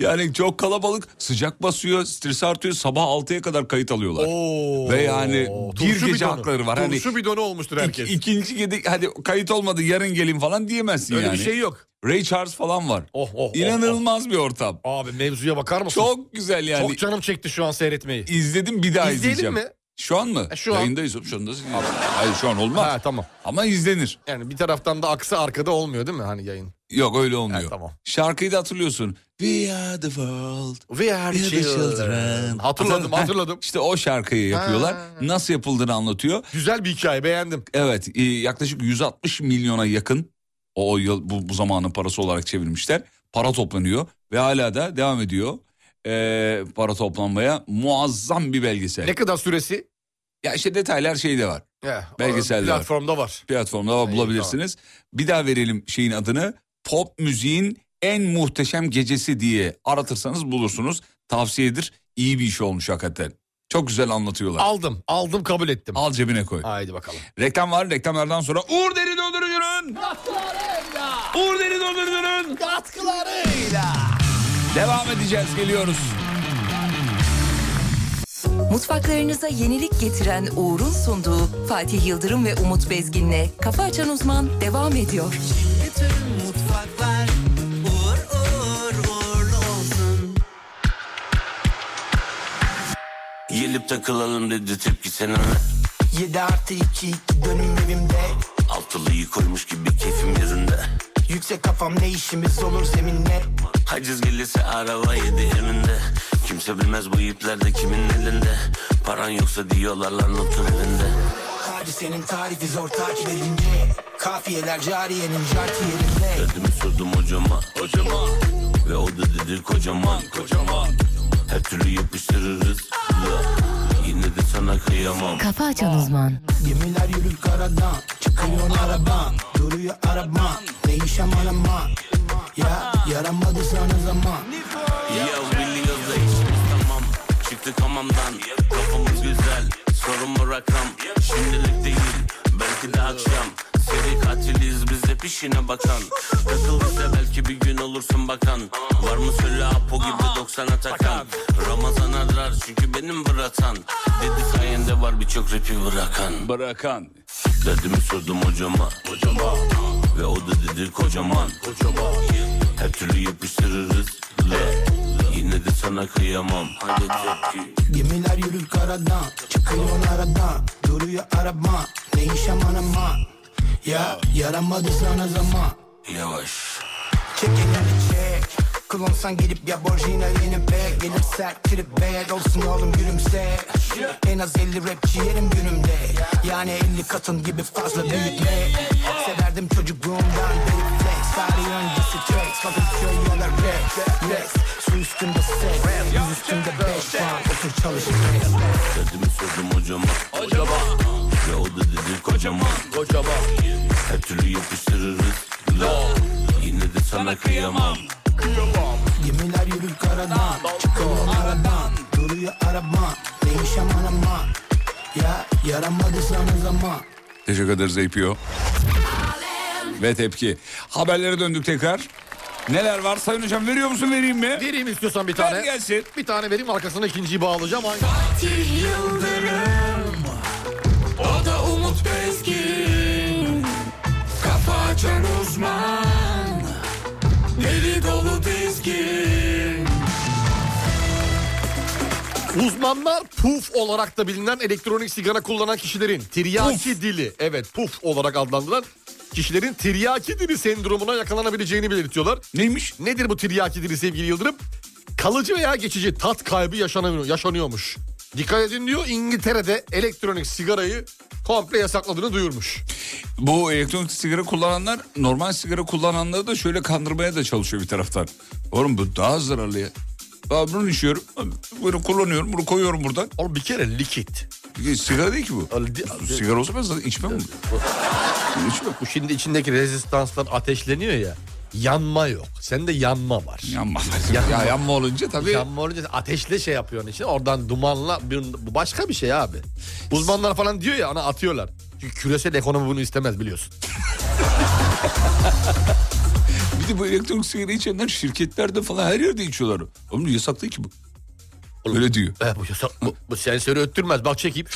S3: yani çok kalabalık sıcak basıyor stres artıyor sabah 6'ya kadar kayıt alıyorlar.
S4: Oo.
S3: Ve yani
S4: Turşu
S3: bir gece
S4: bidonu.
S3: hakları var. Hani
S4: Turşu bidonu olmuştur herkes.
S3: ik- ikinci gece hadi kayıt olmadı yarın gelin falan diyemezsin
S4: Öyle
S3: yani.
S4: bir şey yok.
S3: Ray Charles falan var.
S4: Oh, oh, oh,
S3: İnanılmaz bir ortam.
S4: oh. Abi mevzuya bakar mısın?
S3: Çok güzel yani.
S4: Çok canım çekti şu an seyretmeyi.
S3: İzledim bir daha
S4: İzleyelim
S3: izleyeceğim.
S4: mi?
S3: Şu an mı?
S4: E, şu an.
S3: Yayındayız. Şu anda izliyoruz. Hayır şu an olmaz.
S4: Ha tamam.
S3: Ama izlenir.
S4: Yani bir taraftan da aksa arkada olmuyor değil mi hani yayın?
S3: Yok öyle olmuyor.
S4: Ha, tamam.
S3: Şarkıyı da hatırlıyorsun. We are the world.
S4: We are
S3: We are the children.
S4: Hatırladım
S3: Ha,
S4: <laughs> hatırladım.
S3: İşte o şarkıyı yapıyorlar. Nasıl yapıldığını anlatıyor.
S4: Güzel bir hikaye beğendim.
S3: Evet e, yaklaşık 160 milyona yakın o yıl bu, bu zamanın parası olarak çevirmişler. Para toplanıyor ve hala da devam ediyor. e, para toplanmaya muazzam bir belgesel.
S4: Ne kadar süresi?
S3: Ya işte detaylar şeyde var.
S4: <laughs> Eh,
S3: Belgesel var.
S4: Platformda var.
S3: platformda var,
S4: İyi,
S3: bulabilirsiniz. Bir daha verelim şeyin adını. Pop müziğin en muhteşem gecesi diye aratırsanız bulursunuz. Tavsiyedir. İyi bir iş olmuş hakikaten. Çok güzel anlatıyorlar. Al,
S4: Aldım aldım kabul ettim.
S3: cebine koy.
S4: Haydi bakalım.
S3: Reklam var. Reklamlardan sonra Uğur Deri Dondurucu'nun Uğur Deri Dondurucu'nun devam edeceğiz. Geliyoruz.
S7: Mutfaklarınıza yenilik getiren Uğur'un sunduğu Fatih Yıldırım ve Umut Bezgin'le Kafa Açan Uzman devam ediyor.
S5: Bütün mutfaklar uğur uğur uğurlu olsun.
S8: Gelip takılalım dedi tepki sana
S9: 7 artı 2 2 dönüm evimde
S8: Altılıyı koymuş gibi keyfim yerinde
S9: Yüksek kafam ne işimiz olur zeminle
S8: Haciz gelirse araba yedi önünde Kimse bilmez bu iplerde kimin elinde Paran yoksa diyorlar lan otur evinde
S9: Hadisenin tarifi zor takip edince Kafiyeler cariyenin jarti yerinde
S8: Derdimi sordum hocama Hocama Ve o da dedi kocaman Kocaman Her türlü yapıştırırız La. Yine de sana kıyamam
S7: Kafa Açan Uzman
S9: Gemiler yürür karadan Çıkıyor araban Duruyor araban Değişem araman Ya yaramadı sana zaman
S8: Ya biliyoruz da işimiz tamam Çıktık hamamdan Kafamız güzel Sorun bu rakam Şimdilik değil Belki de akşam Seri katiliz biz hep işine bakan Takıl bize belki bir gün olursun bakan Var mı söyle Apo gibi 90'a takan Ramazan arar çünkü benim bıratan Dedi sayende var birçok rapi bırakan
S3: Bırakan.
S8: Derdimi sordum hocama Hocama Ve o da dedi kocaman Kocaman Her türlü yapıştırırız La. Yine de sana kıyamam Haydi tepki
S9: Gemiler yürür karadan Çıkıyor aradan Duruyor araban Değişem araman Ya yaramadı sana zaman
S8: Yavaş
S9: Çek elini çek Klonsan gelip ya borcina yeni bag Gelir sert trip bad olsun oğlum gülümse En az 50 rapçi yerim günümde Yani 50 katın gibi fazla büyütme Severdim çocukluğumdan beri flex Tarih öncesi tracks Hafif söylüyorlar rap Flex Su üstünde sex Yüz üstünde beş Fark otur çalış
S8: Derdimi sordum hocama Hocama Ve o da dedi kocaman Kocaman Her türlü yapıştırırız La. Yine de sana kıyamam
S9: Gemiler yürür karadan Çıkıyor aradan Duruyor araban Değişem araman Ya yaramadı sana zaman
S3: Teşekkür ederiz APO. Ve tepki. Haberlere döndük tekrar. Neler var Sayın Hocam veriyor musun vereyim mi?
S4: Vereyim istiyorsan bir
S3: Ver
S4: tane.
S3: gelsin.
S4: Bir tane vereyim arkasına ikinciyi bağlayacağım. Ay- Uzmanlar PUF olarak da bilinen elektronik sigara kullanan kişilerin tiryaki dili evet PUF olarak adlandırılan kişilerin tiryaki dili sendromuna yakalanabileceğini belirtiyorlar.
S3: Neymiş?
S4: Nedir bu tiryaki dili sevgili Yıldırım? Kalıcı veya geçici tat kaybı yaşanıyor, yaşanıyormuş. Dikkat edin diyor İngiltere'de elektronik sigarayı komple yasakladığını duyurmuş.
S3: Bu elektronik sigara kullananlar normal sigara kullananları da şöyle kandırmaya da çalışıyor bir taraftan. Oğlum bu daha zararlı ya. Ben bunu içiyorum. Bunu kullanıyorum. Bunu koyuyorum buradan. E,
S4: Oğlum bir kere likit.
S3: Sigara değil ki bu. Sigara olsa ben zaten içmem bunu. İçmem.
S4: Bu şimdi içindeki rezistanslar ateşleniyor ya. Yanma yok. Sende yanma var.
S3: Yanma.
S4: Yanma.
S3: Ya yanma olunca tabii.
S4: Yanma olunca ateşle şey yapıyorsun için oradan dumanla bir, bu başka bir şey abi. Uzmanlar falan diyor ya ana atıyorlar. Çünkü küresel ekonomi bunu istemez biliyorsun.
S3: Bir de bu elektronik sigara içenler şirketlerde falan her yerde içiyorlar. Oğlum yasak değil ki bu. Öyle diyor.
S4: E, bu, yasak- bu, bu sensörü öttürmez bak çekeyim.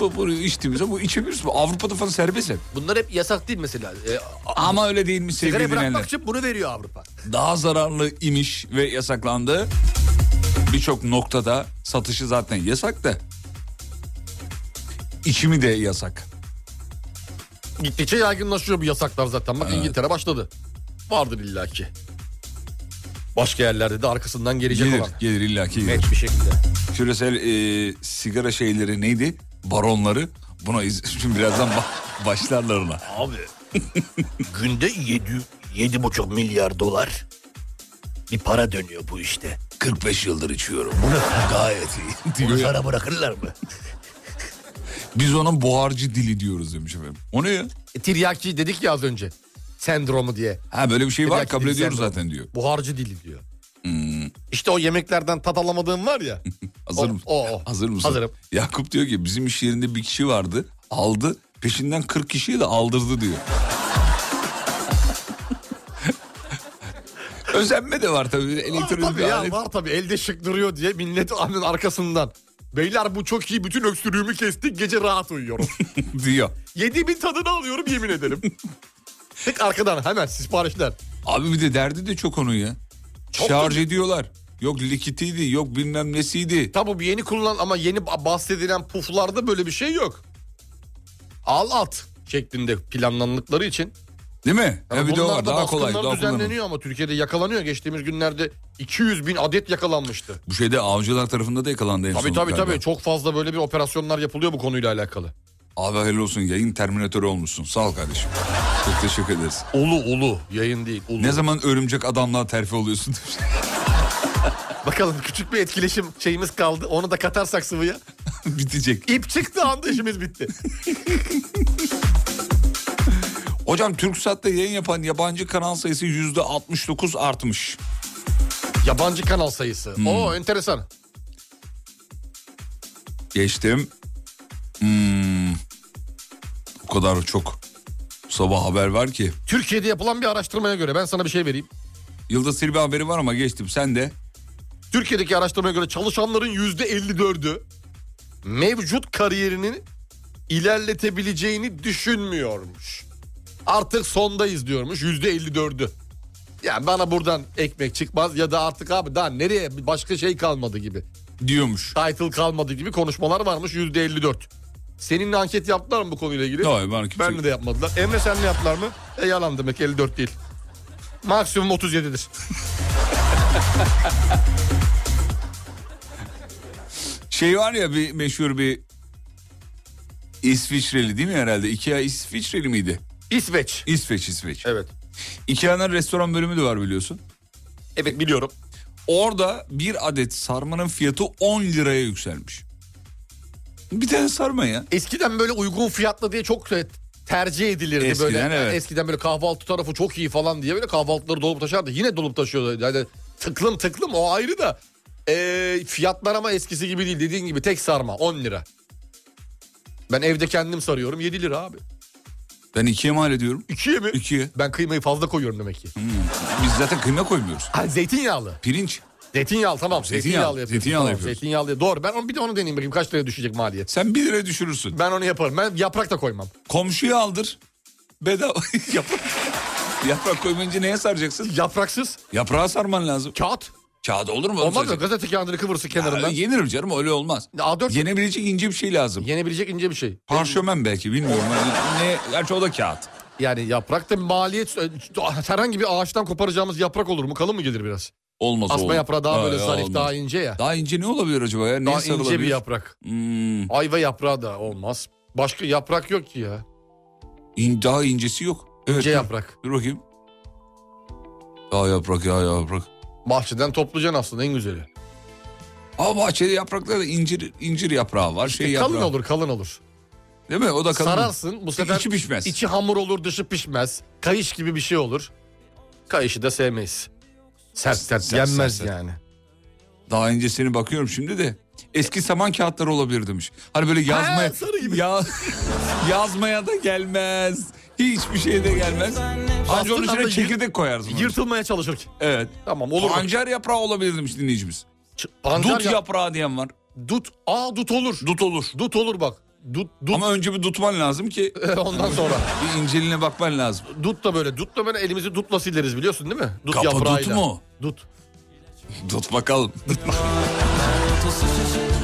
S3: Bu, bunu içtiğimizde bu içebiliriz. Bu Avrupa'da falan serbest hep.
S4: Bunlar hep yasak değil mesela. E,
S3: Ama öyle değilmiş sevgili
S4: sigara bırakmak
S3: dinleyenler.
S4: için bunu veriyor Avrupa.
S3: Daha zararlı imiş ve yasaklandı. Birçok noktada satışı zaten yasak da. İçimi de yasak.
S4: Gittikçe yaygınlaşıyor bu yasaklar zaten. Bak İngiltere başladı. Vardır illaki. Başka yerlerde de arkasından gelecek
S3: Gelir,
S4: olan.
S3: gelir illaki gelir.
S4: Net bir şekilde.
S3: Küresel e, sigara şeyleri neydi? Baronları. Buna iz- <laughs> şimdi birazdan ba- başlarlar ona.
S4: Abi <laughs> günde yedi, yedi buçuk milyar dolar bir para dönüyor bu işte.
S3: 45 yıldır içiyorum.
S4: <laughs> Gayet iyi.
S3: Diyor ya.
S4: sana bırakırlar mı?
S3: Biz ona buharcı dili diyoruz demiş efendim. O ne ya?
S4: E, tiryaki dedik ya az önce. Sendromu diye.
S3: Ha böyle bir şey var
S4: Tiryaki
S3: kabul
S4: dili
S3: ediyoruz
S4: sendromu.
S3: zaten diyor. Hmm.
S4: Buharcı dili diyor. İşte o yemeklerden tat alamadığın
S3: <laughs>
S4: var ya.
S3: Hazır
S4: O-
S3: mısın?
S4: o- o.
S3: Hazır mısın?
S4: Hazırım.
S3: Yakup diyor ki bizim iş yerinde bir kişi vardı. Aldı. Peşinden 40 kişiyi de aldırdı diyor. <laughs> Özenme de var tabii. Elektronik
S4: tabii
S3: bir
S4: ya
S3: alet.
S4: var tabii elde şık duruyor diye millet anın arkasından. Beyler bu çok iyi bütün öksürüğümü kestik gece
S3: <laughs>
S4: rahat uyuyorum.
S3: diyor.
S4: Yediğimin tadını alıyorum
S3: <laughs>
S4: yemin ederim. Tek arkadan hemen siparişler.
S3: Abi bir de derdi de çok onu ya.
S4: Çok
S3: Şarj ediyorlar. Yok likitiydi, yok bilmem nesiydi.
S4: Tabi bu yeni kullanılan ama yeni bahsedilen puflarda böyle bir şey yok. Al at şeklinde planlandıkları için.
S3: Değil mi?
S4: Yani
S3: Ya bir de o
S4: bunlar
S3: var.
S4: da
S3: Daha kolay,
S4: baskınlar
S3: daha kullanım.
S4: düzenleniyor ama Türkiye'de yakalanıyor. Geçtiğimiz günlerde 200 bin adet yakalanmıştı.
S3: Bu şeyde avcılar tarafında da yakalandı en
S4: Tabii
S3: son
S4: tabii
S3: galiba.
S4: tabii çok fazla böyle bir operasyonlar yapılıyor bu konuyla alakalı.
S3: Abi hayırlı olsun yayın terminatörü olmuşsun. Sağ ol kardeşim. Çok teşekkür ederiz.
S4: Ulu ulu yayın değil ulu.
S3: Ne zaman örümcek adamla terfi oluyorsun? <laughs>
S4: Bakalım küçük bir etkileşim şeyimiz kaldı. Onu da katarsak sıvıya.
S3: Bitecek.
S4: İp çıktı anda
S3: <laughs>
S4: işimiz bitti.
S3: Hocam TürkSat'ta yayın yapan yabancı kanal sayısı yüzde 69 artmış.
S4: Yabancı kanal sayısı.
S3: Hmm.
S4: Oo enteresan.
S3: Geçtim. Hmm. O kadar çok sabah haber var ki.
S4: Türkiye'de yapılan bir araştırmaya göre ben sana bir şey vereyim.
S3: Yıldız Silbe haberi var ama geçtim. Sen de
S4: Türkiye'deki araştırmaya göre çalışanların yüzde 54'ü mevcut kariyerinin ilerletebileceğini düşünmüyormuş. Artık sondayız diyormuş yüzde 54'ü. Yani bana buradan ekmek çıkmaz ya da artık abi daha nereye bir başka şey kalmadı gibi.
S3: diyormuş.
S4: Title kalmadı gibi konuşmalar varmış yüzde 54. Seninle anket yaptılar mı bu konuyla ilgili?
S3: Hayır bana kimse...
S4: Ben de yapmadılar. Emre sen ne yaptılar mı? E yalan demek 54 değil. Maksimum 37'dir.
S3: Şey var ya bir meşhur bir İsviçreli değil mi herhalde? Ikea İsviçreli miydi?
S4: İsveç.
S3: İsveç İsveç.
S4: Evet.
S3: Ikea'nın restoran bölümü de var biliyorsun.
S4: Evet biliyorum.
S3: Orada bir adet sarmanın fiyatı 10 liraya yükselmiş. Bir tane sarma ya.
S4: Eskiden böyle uygun fiyatlı diye çok e, tercih edilirdi
S3: Eskiden,
S4: böyle.
S3: evet.
S4: Eskiden böyle kahvaltı tarafı çok iyi falan diye böyle kahvaltıları dolup taşardı. Yine dolup taşıyordu. Yani tıklım tıklım o ayrı da e, fiyatlar ama eskisi gibi değil. Dediğin gibi tek sarma 10 lira. Ben evde kendim sarıyorum 7 lira abi.
S3: Ben ikiye mal ediyorum.
S4: 2'ye mi?
S3: İkiye.
S4: Ben kıymayı fazla koyuyorum demek ki.
S3: Biz zaten kıyma koymuyoruz.
S4: Ha, zeytinyağlı.
S3: Pirinç.
S4: Zeytinyağlı tamam.
S3: Zeytinyağlı,
S4: Zeytinyağlı, yapıyoruz.
S3: zeytinyağlı
S4: Tamam,
S3: yapıyoruz.
S4: Zeytinyağlı. Doğru ben onu, bir de onu deneyeyim bakayım kaç liraya düşecek maliyet.
S3: Sen 1 liraya düşürürsün.
S4: Ben onu yaparım. Ben yaprak da koymam.
S3: Komşuya aldır. Bedava. <laughs> Yaprak. Yaprak koymayınca neye saracaksın?
S4: Yapraksız
S3: Yaprağa sarman lazım.
S4: kağıt.
S3: Kağıda olur mu? oğlum
S4: Olmaz mı?
S3: sadece?
S4: Gazete kağıdını kıvırsın
S3: Aa,
S4: kenarından.
S3: Yenirim canım öyle olmaz.
S4: A4
S3: Yenebilecek ince bir şey lazım.
S4: yenebilecek ince bir şey.
S3: Parşömen belki bilmiyorum. Yani ne, gerçi o da kağıt.
S4: Yani yaprak da maliyet e, herhangi bir ağaçtan koparacağımız yaprak olur mu? Kalın mı gelir biraz?
S3: Olmaz
S4: Asma
S3: oğlum.
S4: yaprağı daha
S3: Ha,
S4: böyle
S3: ya,
S4: zarif,
S3: olmaz.
S4: daha ince ya.
S3: Daha ince ne olabilir acaba ya? Neye
S4: Daha ince bir
S3: sarılabilir?
S4: yaprak.
S3: Hmm,
S4: Ayva yaprağı da olmaz. Başka yaprak yok ki ya.
S3: in- daha incesi yok. Evet,
S4: İnce
S3: dur.
S4: yaprak.
S3: Dur bakayım. Daha yaprak ya yaprak.
S4: Bahçeden toplayacaksın aslında en güzeli.
S3: Ama bahçeli yaprakları incir incir yaprağı var. Şey yaprağı.
S4: E, Kalın olur kalın olur.
S3: Değil mi? O da kalın.
S4: Sararsın bu sefer
S3: İçi pişmez.
S4: içi hamur olur dışı pişmez. Kayış gibi bir şey olur. Kayışı da sevmeyiz. Sert sert,
S3: Sert,
S4: yenmez
S3: sert, sert.
S4: yani.
S3: Daha öncesini bakıyorum şimdi de. Eski saman kağıtları olabilir demiş. Hani böyle yazmaya...
S4: Ha, sarı gibi.
S3: Ya, <laughs> yazmaya da gelmez. Hiçbir şeye de gelmez. Anca onun
S4: Aslında
S3: içine
S4: yırt-
S3: çekirdek koyarsın. onu.
S4: Yırtılmaya çalışır ki.
S3: Evet.
S4: Tamam olur.
S3: Pancar yaprağı olabilir demiş dinleyicimiz.
S4: Ç- pancar
S3: Dut
S4: yap-
S3: yaprağı diyen var.
S4: Dut. Aa dut olur.
S3: Dut olur.
S4: Dut olur bak. Dut, dut.
S3: Ama önce bir tutman lazım ki
S4: <laughs> Ondan sonra.
S3: bir inceline bakman lazım.
S4: Dut da böyle. Dut da böyle elimizi dutla sileriz biliyorsun değil mi? Dut
S3: Kapa dut
S4: yaprağıyla.
S3: mu?
S4: Dut.
S3: Tut
S4: <laughs>
S3: bakalım.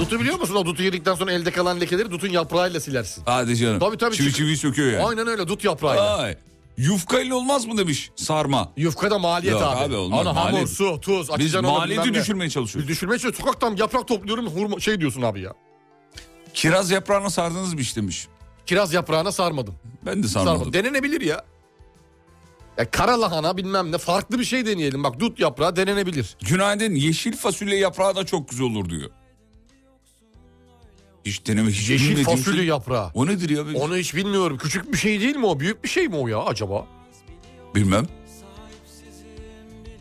S4: Dutu biliyor musun? O dutu yedikten sonra elde kalan lekeleri dutun yaprağıyla silersin.
S3: Hadi canım.
S4: Tabii, tabii.
S3: Çivi
S4: Çık-
S3: çivi söküyor yani.
S4: Aynen öyle dut yaprağıyla.
S3: Ay. Yufka ile olmaz mı demiş sarma.
S4: Yufka da maliyet
S3: Yok
S4: abi.
S3: abi, olmaz.
S4: Ana hamur,
S3: Maliyet.
S4: su, tuz.
S3: Biz
S4: açacaksın onu,
S3: maliyeti
S4: bilmem ne.
S3: düşürmeye
S4: Biz
S3: çalışıyoruz.
S4: düşürmeye çalışıyoruz. Sokaktan yaprak topluyorum hurma, şey diyorsun abi ya.
S3: Kiraz yaprağına sardınız mı hiç demiş.
S4: Kiraz yaprağına sarmadım.
S3: Ben de sarmadım.
S4: Sarmadım. Denenebilir ya. Ya kara lahana bilmem ne farklı bir şey deneyelim. Bak dut yaprağı denenebilir.
S3: Günaydın yeşil fasulye yaprağı da çok güzel olur diyor. Hiç deneme hiç
S4: Yeşil
S3: bilmediğim
S4: fasulye
S3: şey-
S4: yaprağı.
S3: O nedir ya? Onu...
S4: Onu hiç bilmiyorum. Küçük bir şey değil mi o? Büyük bir şey mi o ya acaba?
S3: Bilmem.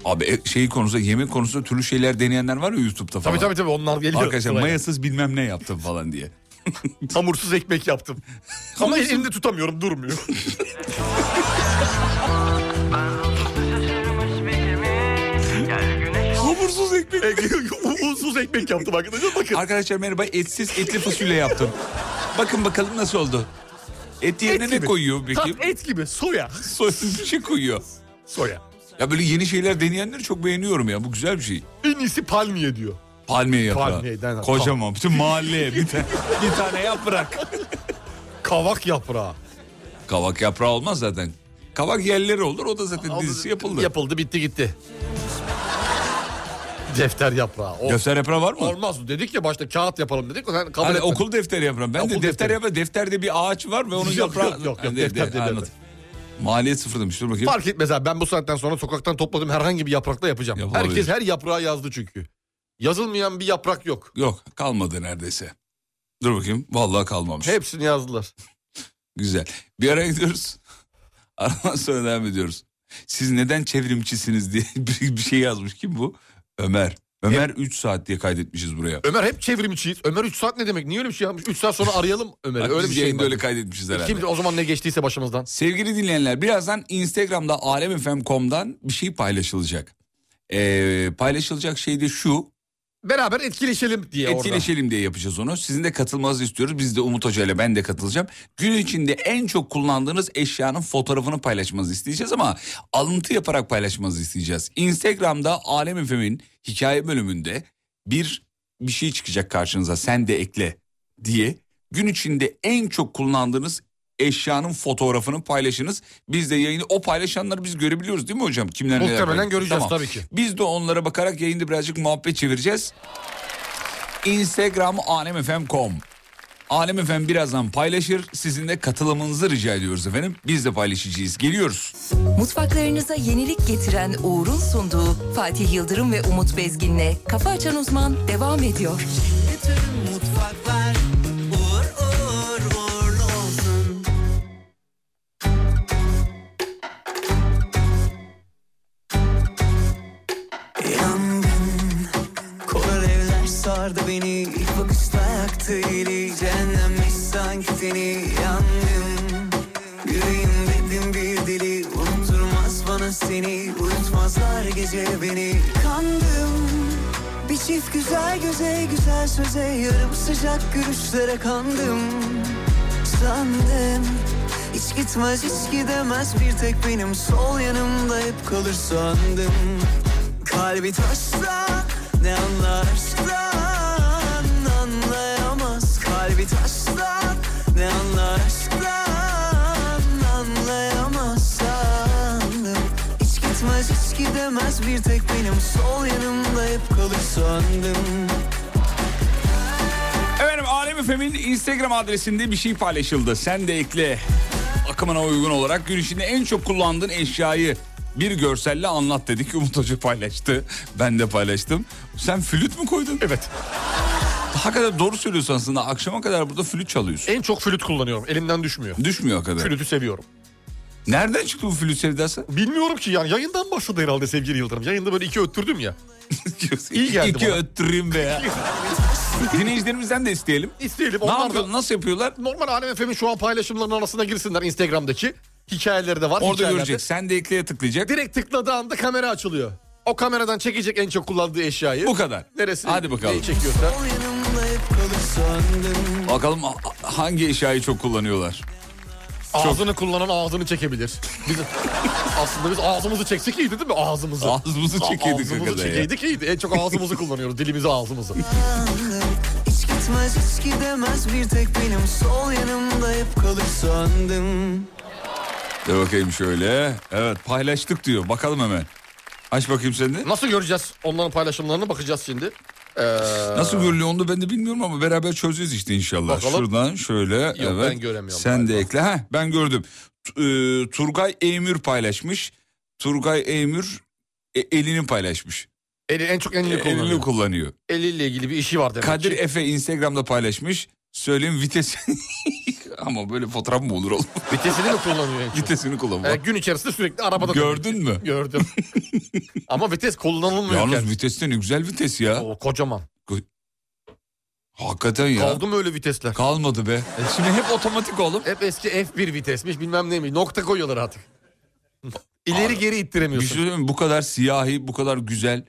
S3: Abi e, şey konusunda yemek konusunda türlü şeyler deneyenler var ya YouTube'da falan.
S4: Tabii tabii tabii onlar geliyor.
S3: Arkadaşlar
S4: Sıraya.
S3: mayasız bilmem ne yaptım falan diye.
S4: Hamursuz
S3: <laughs>
S4: ekmek yaptım. Ama elimde tutamıyorum durmuyor. <laughs>
S3: Hamursuz ekmek.
S4: Unsuz ekmek yaptım arkadaşlar bakın.
S3: Arkadaşlar merhaba etsiz etli fasulye yaptım. Bakın bakalım nasıl oldu. Et yerine ne
S4: gibi.
S3: koyuyor
S4: Tam
S3: peki?
S4: et gibi soya.
S3: Soysuz bir şey koyuyor.
S4: Soya.
S3: Ya böyle yeni şeyler deneyenleri çok beğeniyorum ya. Bu güzel bir şey.
S4: En iyisi palmiye diyor.
S3: Palmiye yaprağı.
S4: Palmiyeden-
S3: Kocaman. Bütün mahalleye bir,
S4: <laughs>
S3: tane, bir tane yaprak.
S4: Kavak yaprağı.
S3: Kavak yaprağı olmaz zaten. Kavak yerleri olur. O da zaten dizisi yapıldı.
S4: Yapıldı bitti gitti. Defter yaprağı. O-
S3: defter yaprağı var mı?
S4: Olmaz dedik ya başta kağıt yapalım dedik. Sen kabul
S3: Hani
S4: etmedin.
S3: okul defteri yaprağı. Ben de
S4: Okul
S3: defter
S4: defteri.
S3: yaprağı. Defterde bir ağaç var ve onun
S4: Yok,
S3: yaprağı.
S4: yok, yok, yok.
S3: Ha,
S4: Defter değil,
S3: anladım. Maliyet sıfır demiş. Dur bakayım.
S4: Fark etmez abi ben bu saatten sonra sokaktan topladığım herhangi bir yaprakla yapacağım.
S3: Yapılabilir.
S4: Herkes her yaprağa yazdı çünkü. Yazılmayan bir yaprak yok.
S3: Yok kalmadı neredeyse. Dur bakayım. Vallahi kalmamış.
S4: Hepsini yazdılar.
S3: Güzel. Bir ara gidiyoruz. <laughs> Aradan sonra devam ediyoruz. Siz neden çevrimçisiniz diye <laughs> bir bir şey yazmış. Kim bu? Ömer. Ömer 3 saat diye kaydetmişiz buraya.
S4: Ömer hep çevrimçiyiz. Ömer 3 saat ne demek? Niye öyle bir şey yapmış? 3 saat
S3: <laughs>
S4: sonra arayalım Ömer'i.
S3: Öyle
S4: öyle bir şey mi?
S3: öyle kaydetmişiz herhalde.
S4: Kim bilir o zaman ne geçtiyse başımızdan.
S3: Sevgili dinleyenler birazdan Instagram'da alemfm.com'dan bir şey paylaşılacak. Ee, paylaşılacak şey de şu.
S4: Beraber etkileşelim diye orada.
S3: Etkileşelim diye yapacağız onu. Sizin de katılmanızı istiyoruz. Biz de Umut Hoca ile ben de katılacağım. Gün içinde en çok kullandığınız eşyanın fotoğrafını paylaşmanızı isteyeceğiz ama alıntı yaparak paylaşmanızı isteyeceğiz. Instagram'da Alem Efem'in hikaye bölümünde bir bir şey çıkacak karşınıza. Sen de ekle diye gün içinde en çok kullandığınız eşyanın fotoğrafını paylaşınız. Biz de yayını o paylaşanları biz görebiliyoruz değil mi hocam? Kimler neler
S4: Muhtemelen
S3: paylaşmış?
S4: göreceğiz tabii ki.
S3: Biz de onlara bakarak yayında birazcık muhabbet çevireceğiz. Instagram alemfm.com Alem Efem birazdan paylaşır. Sizin de katılımınızı rica ediyoruz efendim. Biz de paylaşacağız. Geliyoruz.
S7: Mutfaklarınıza yenilik getiren Uğur'un sunduğu Fatih Yıldırım ve Umut Bezgin'le Kafa Açan Uzman devam ediyor.
S1: Bütün mutfaklar uğur uğur uğurlu olsun. Yangın, kolar evler sardı beni. İlk bakışta yaktı eli, cehennemmiş sanki seni. Yangın, yüreğim dedim bir deli. Unutturmaz bana seni, unutmazlar gece beni. Kandım, bir çift güzel göze güzel söze yarım sıcak görüşlere kandım Sandım hiç gitmez hiç gidemez bir tek benim sol yanımda hep kalır sandım Kalbi taşsa ne anlar aşktan anlayamaz Kalbi taşsa ne anlar aşktan anlayamaz sandım Hiç gitmez hiç gidemez bir tek benim sol yanımda hep kalır sandım
S3: Efendim Alem Efem'in Instagram adresinde bir şey paylaşıldı. Sen de ekle. Akımına uygun olarak gün içinde en çok kullandığın eşyayı bir görselle anlat dedik. Umut Hoca paylaştı. Ben de paylaştım. Sen flüt mü koydun?
S4: Evet.
S3: Hakikaten doğru söylüyorsun aslında. Akşama kadar burada flüt çalıyorsun.
S4: En çok flüt kullanıyorum. Elimden düşmüyor.
S3: Düşmüyor hakikaten.
S4: Flütü seviyorum.
S3: Nereden çıktı bu flüt
S4: <laughs>
S3: sevdası?
S4: Bilmiyorum ki yani yayından başladı herhalde sevgili Yıldırım. Yayında böyle iki öttürdüm ya. İyi geldi
S3: İki
S4: bana.
S3: öttüreyim be ya. Dinleyicilerimizden de isteyelim.
S4: İsteyelim.
S3: Ne
S4: onlar da-
S3: yapıyorlar? Nasıl yapıyorlar?
S4: Normal Alem FM'in şu an paylaşımlarının arasına girsinler Instagram'daki. Hikayeleri de var.
S3: Orada
S4: hikayelerde.
S3: görecek. Sen de ekleye tıklayacak.
S4: Direkt tıkladığı anda kamera açılıyor. O kameradan çekecek en çok kullandığı eşyayı.
S3: Bu kadar.
S4: Neresi?
S3: Hadi bakalım.
S4: Neyi çekiyorsa.
S3: Bakalım a- hangi eşyayı çok kullanıyorlar.
S4: Ağzını kullanan ağzını çekebilir. Biz, <laughs> aslında biz ağzımızı çeksek iyiydi değil mi? Ağzımızı.
S3: Ağzımızı
S4: Aa,
S3: çekeydik
S4: Ağzımızı
S3: hakikaten ya.
S4: çekeydik iyiydi. En çok ağzımızı kullanıyoruz. Dilimizi ağzımızı.
S1: Hiç gitmez hiç gidemez bir tek benim Sol yanımda hep kalır sandım
S3: Dur bakayım şöyle. Evet paylaştık diyor. Bakalım hemen. Aç bakayım sen de.
S4: Nasıl göreceğiz? Onların paylaşımlarına bakacağız şimdi. Ee,
S3: Nasıl görülüyor onu da ben de bilmiyorum ama beraber çözeceğiz işte inşallah.
S4: Bakalım.
S3: Şuradan şöyle. evet.
S4: ben göremiyorum
S3: Sen de
S4: galiba.
S3: ekle. Heh, ben gördüm. T- e, Turgay Eymür paylaşmış. Turgay Eymür e, elini paylaşmış.
S4: eli, en çok elini
S3: E,
S4: kullanıyor.
S3: elini kullanıyor.
S4: Eliyle ilgili bir işi var demek
S3: Kadir
S4: ki.
S3: Efe Instagram'da paylaşmış. Söyleyeyim vites. <laughs> ama böyle fotoğraf mı olur oğlum? <laughs>
S4: Vitesini mi kullanıyor en çok?
S3: Vitesini kullanma.
S4: Ee, gün içerisinde sürekli arabada.
S3: Gördün mü? <laughs>
S4: Gördüm. Ama vites kullanılmıyor.
S3: Yalnız
S4: kendisi.
S3: vitesten güzel vites ya.
S4: Oo, kocaman.
S3: Hakikaten ya.
S4: Kaldı mı öyle vitesler?
S3: Kalmadı be. Şimdi hep otomatik oğlum.
S4: E, Hep eski F1 vitesmiş bilmem neymiş. Nokta
S3: <laughs>
S4: koyuyorlar artık. İleri geri
S3: Bir şey
S4: ittiremiyorsun.
S3: söyleyeyim mi? Bu kadar siyahi, bu kadar güzel.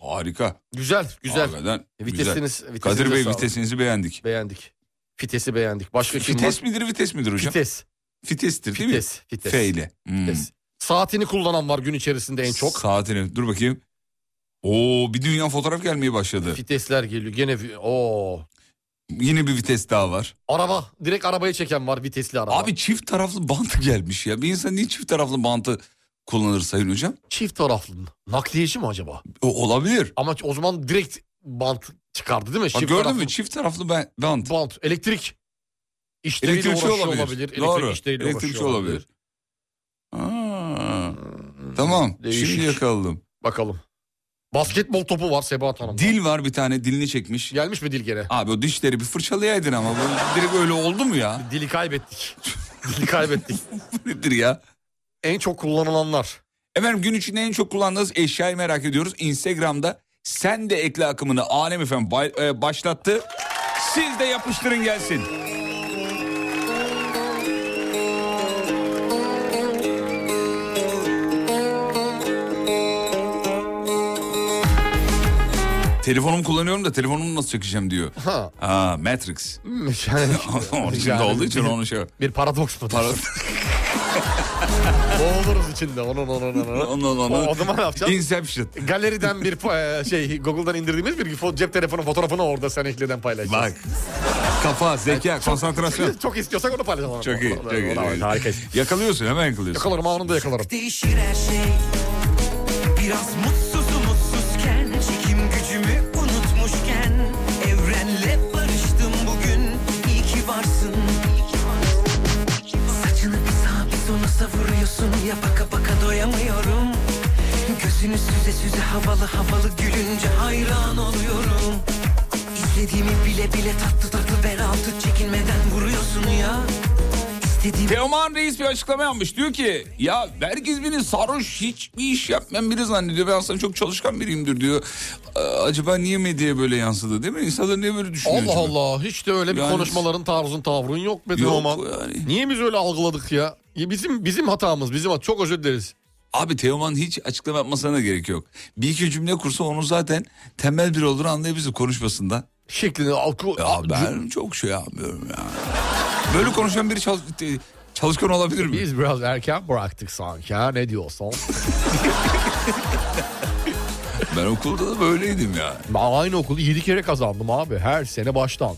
S3: Harika.
S4: Güzel, güzel.
S3: Hakikaten
S4: Vitesiniz,
S3: güzel.
S4: vitesiniz
S3: Kadir
S4: de
S3: Bey
S4: sağ olun.
S3: vitesinizi beğendik.
S4: Beğendik. Fitesi beğendik. Başka kim
S3: Vites
S4: var?
S3: midir, vites midir hocam?
S4: Fites.
S3: Fitestir değil
S4: Fites.
S3: mi?
S4: Fites.
S3: F ile. Hmm.
S4: Fites. Saatini kullanan var gün içerisinde en çok.
S3: Saatini. Dur bakayım. Oo bir dünya fotoğraf gelmeye başladı.
S4: Fitesler geliyor. Gene o
S3: Yine bir vites daha var.
S4: Araba. Direkt arabaya çeken var vitesli araba.
S3: Abi çift taraflı bantı <laughs> gelmiş ya. Bir insan niye çift taraflı bantı kullanır sayın hocam?
S4: çift taraflı. Nakliyeci mi acaba?
S3: O, olabilir.
S4: Ama o zaman direkt bant çıkardı değil mi?
S3: Bak,
S4: Çift
S3: gördün
S4: taraflı
S3: mü çift taraflı ben- bant.
S4: Bant. Elektrik. İşleriyle
S3: Elektrikçi
S4: uğraşıyor
S3: olabilir.
S4: Elektrik
S3: Doğru.
S4: işleriyle
S3: Elektrikçi
S4: uğraşıyor
S3: olabilir. Aa, tamam.
S4: Hmm. Değişik.
S3: Şimdi yakaladım.
S4: Bakalım. Basketbol topu var Sebahat Hanım.
S3: Dil var bir tane dilini çekmiş.
S4: Gelmiş mi dil gene?
S3: Abi o dişleri bir fırçalayaydın ama bu direkt öyle oldu mu ya? <laughs>
S4: Dili kaybettik. <laughs> Dili kaybettik.
S3: Bu Nedir ya?
S4: en çok kullanılanlar.
S3: Efendim gün içinde en çok kullandığınız eşyayı merak ediyoruz. Instagram'da sen de ekle akımını Alem efendim e, başlattı. Siz de yapıştırın gelsin. Telefonumu kullanıyorum da telefonumu nasıl çekeceğim diyor.
S4: Ha.
S3: Aa Matrix.
S4: Hmm,
S3: <laughs>
S4: Yani,
S3: Onun içinde
S4: yani
S3: olduğu için
S4: bir-
S3: onu şey...
S4: <laughs> Bir paradoks bu.
S3: Para... <laughs>
S4: <laughs> Boğuluruz içinde. Onun onun onun.
S3: Onu, onu,
S4: O zaman ne yapacağız?
S3: Inception.
S4: Galeriden bir fo- e, şey Google'dan indirdiğimiz bir fo- cep telefonu fotoğrafını orada sen ekleden paylaşacağız.
S3: Bak. Kafa, zeka, konsantrasyon.
S4: Çok istiyorsak onu paylaşalım.
S3: Çok iyi. Çok iyi.
S4: Ona bak, Harika.
S3: Yakalıyorsun hemen yakalıyorsun.
S4: Yakalarım anında yakalarım.
S10: değişir her şey Biraz mutsuzum mutsuzken Çekim gücümü unutmuşken Evrenle barıştım bugün İyi ki varsın Saçını bir sağa bir sola savuruyorsun Ya baka baka doyamıyorum Gözünü süze süze havalı havalı gülünce hayran oluyorum İzlediğimi bile bile tatlı tatlı beraltı çekinmeden vuruyorsun ya İstediğim
S3: Teoman Reis bir açıklama yapmış. Diyor ki ya herkes beni sarhoş hiçbir iş yapmayan biri zannediyor. Ben aslında çok çalışkan biriyimdir diyor. Ee, acaba niye medyaya böyle yansıdı değil mi? İnsanlar niye böyle düşünüyor?
S4: Allah
S3: acaba?
S4: Allah hiç de öyle bir
S3: Yani-
S4: konuşmaların tarzın tavrın yok be
S3: Yok
S4: Teoman.
S3: yani.
S4: Niye biz öyle algıladık ya? Ya Bizim bizim hatamız bizim hat- çok özür dileriz.
S3: Abi Teoman hiç açıklama yapmasına da gerek yok. Bir iki cümle kursa onu zaten tembel biri olduğunu anlayabilirsin konuşmasından.
S4: Şeklini alkol...
S3: Ya ben çok şey yapmıyorum ya. Böyle konuşan biri çalış- çalışkan olabilir mi?
S4: Biz biraz erken bıraktık sanki ha ne diyorsun?
S3: Ben okulda da böyleydim ya.
S4: ben aynı okulu 7 kere kazandım abi her sene baştan.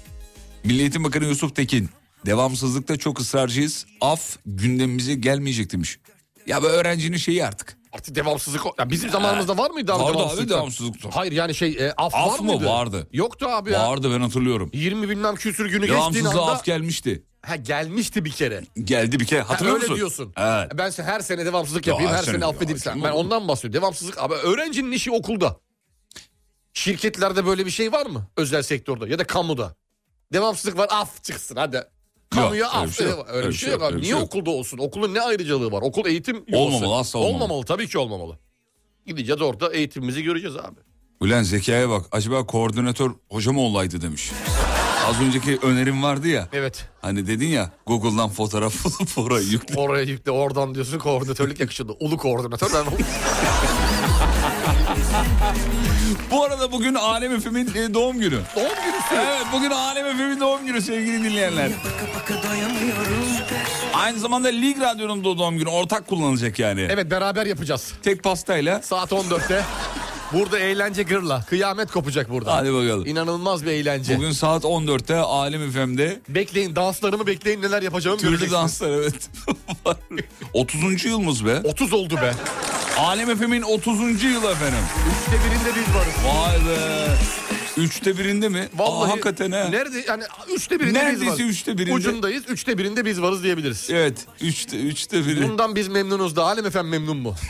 S3: Milli Eğitim Bakanı Yusuf Tekin. Devamsızlıkta çok ısrarcıyız. Af gündemimize gelmeyecek demiş. Ya bu öğrencinin şeyi artık.
S4: Artık devamsızlık... o- Ya bizim zamanımızda var mıydı abi
S3: Vardı abi
S4: devamsızlık?
S3: devamsızlık.
S4: Hayır yani şey e, af,
S3: Af
S4: var
S3: mı?
S4: mıydı?
S3: Vardı.
S4: Yoktu abi ya.
S3: Vardı ben hatırlıyorum.
S4: 20 bilmem küsür günü geçtiğin
S3: Devamsızlığa
S4: anda
S3: af gelmişti.
S4: Ha gelmişti bir kere.
S3: Geldi bir kere.
S4: Ha,
S3: Hatırlıyor
S4: öyle
S3: musun?
S4: diyorsun.
S3: Evet.
S4: Ben se- her sene devamsızlık
S3: Ya,
S4: yapayım,
S3: her
S4: her sene,
S3: sene-
S4: affedeyim
S3: Ya,
S4: sen.
S3: kim
S4: Ben
S3: olur?
S4: ondan bahsediyorum. Devamsızlık abi öğrencinin işi okulda. Şirketlerde böyle bir şey var mı? Özel sektörde ya da kamuda. Devamsızlık var af çıksın hadi. Kamuya
S3: öyle bir
S4: af.
S3: şey
S4: Öyle,
S3: yok.
S4: bir şey yok abi.
S3: öyle bir
S4: Niye
S3: şey yok.
S4: okulda olsun? Okulun ne ayrıcalığı var? Okul eğitim yuvası.
S3: Olmamalı, asla olmamalı.
S4: tabii ki olmamalı. Gideceğiz orada eğitimimizi göreceğiz abi.
S3: Ulan zekaya bak. Acaba koordinatör hoca mı olaydı demiş. Az önceki önerim vardı ya.
S4: Evet.
S3: Hani dedin ya Google'dan fotoğraf <laughs> bulup oraya yükle.
S4: Oraya yükle oradan diyorsun koordinatörlük yakışıldı. Ulu koordinatör ben
S3: Bu arada bugün Alem Efem'in e, doğum günü.
S4: doğum günüsü.
S3: Evet bugün Alem Efem'in doğum günü sevgili dinleyenler. Aynı zamanda Lig Radyo'nun da doğum günü. Ortak kullanılacak yani.
S4: <laughs> Evet beraber yapacağız.
S3: Tek pastayla.
S4: Saat 14'te. Burada eğlence gırla. Kıyamet kopacak burada.
S3: Hadi bakalım.
S4: İnanılmaz bir eğlence.
S3: Bugün saat 14'te Alem Efem'de
S4: Bekleyin danslarımı bekleyin neler yapacağımı
S3: türlü
S4: göreceksiniz.
S3: danslar evet. <laughs> var. 30. yılımız be.
S4: 30 oldu be.
S3: Alem Efem'in 30. yılı efendim.
S4: Üçte birinde biz varız.
S3: Vay be. Üçte birinde mi? Aa, hakikaten ha.
S4: Nerede yani üçte birinde
S3: Neredeyse
S4: biz varız.
S3: üçte birinde.
S4: Ucundayız. Üçte birinde biz varız diyebiliriz.
S3: Evet. Üçte, üçte biri.
S4: Bundan biz memnunuz da Alem Efem memnun mu? <laughs>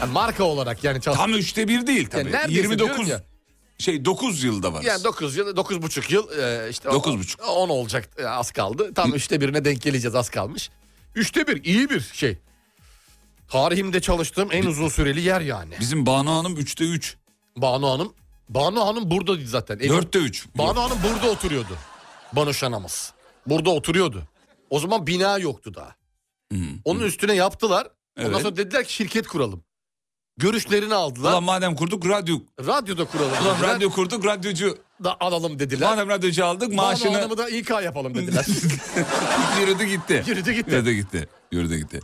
S4: Yani marka olarak yani çal-
S3: Tam üçte bir değil
S4: Yani
S3: tabii.
S4: neredeyse
S3: 29
S4: diyorum ya.
S3: şey 9 yılda varız.
S4: Yani 9 yıl, 9,5 yıl e, işte o-
S3: 9,5.
S4: 10 olacak e, az kaldı. Tam üçte birine denk geleceğiz az kalmış. Üçte bir iyi bir şey. Tarihimde çalıştığım en uzun süreli yer yani.
S3: Bizim Banu Hanım 3'te 3.
S4: Banu Hanım, Banu Hanım buradaydı zaten. Elim-
S3: 4'te 3.
S4: E, Banu Hanım burada oturuyordu. Banuş anamız. Burada oturuyordu. O zaman bina yoktu daha. Onun üstüne yaptılar. Ondan
S3: Evet.
S4: sonra dediler ki şirket kuralım. Görüşlerini aldılar.
S3: Ulan madem kurduk radyo.
S4: radyoda kuralım.
S3: Ulan
S4: dediler.
S3: radyo kurduk radyocu.
S4: da alalım dediler.
S3: Madem radyocu aldık
S4: Banu
S3: maaşını
S4: Hanım'ı da İK yapalım dediler.
S3: <laughs> yürüdü gitti.
S4: Yürüdü gitti.
S3: Yürüdü gitti. Yürüdü gitti.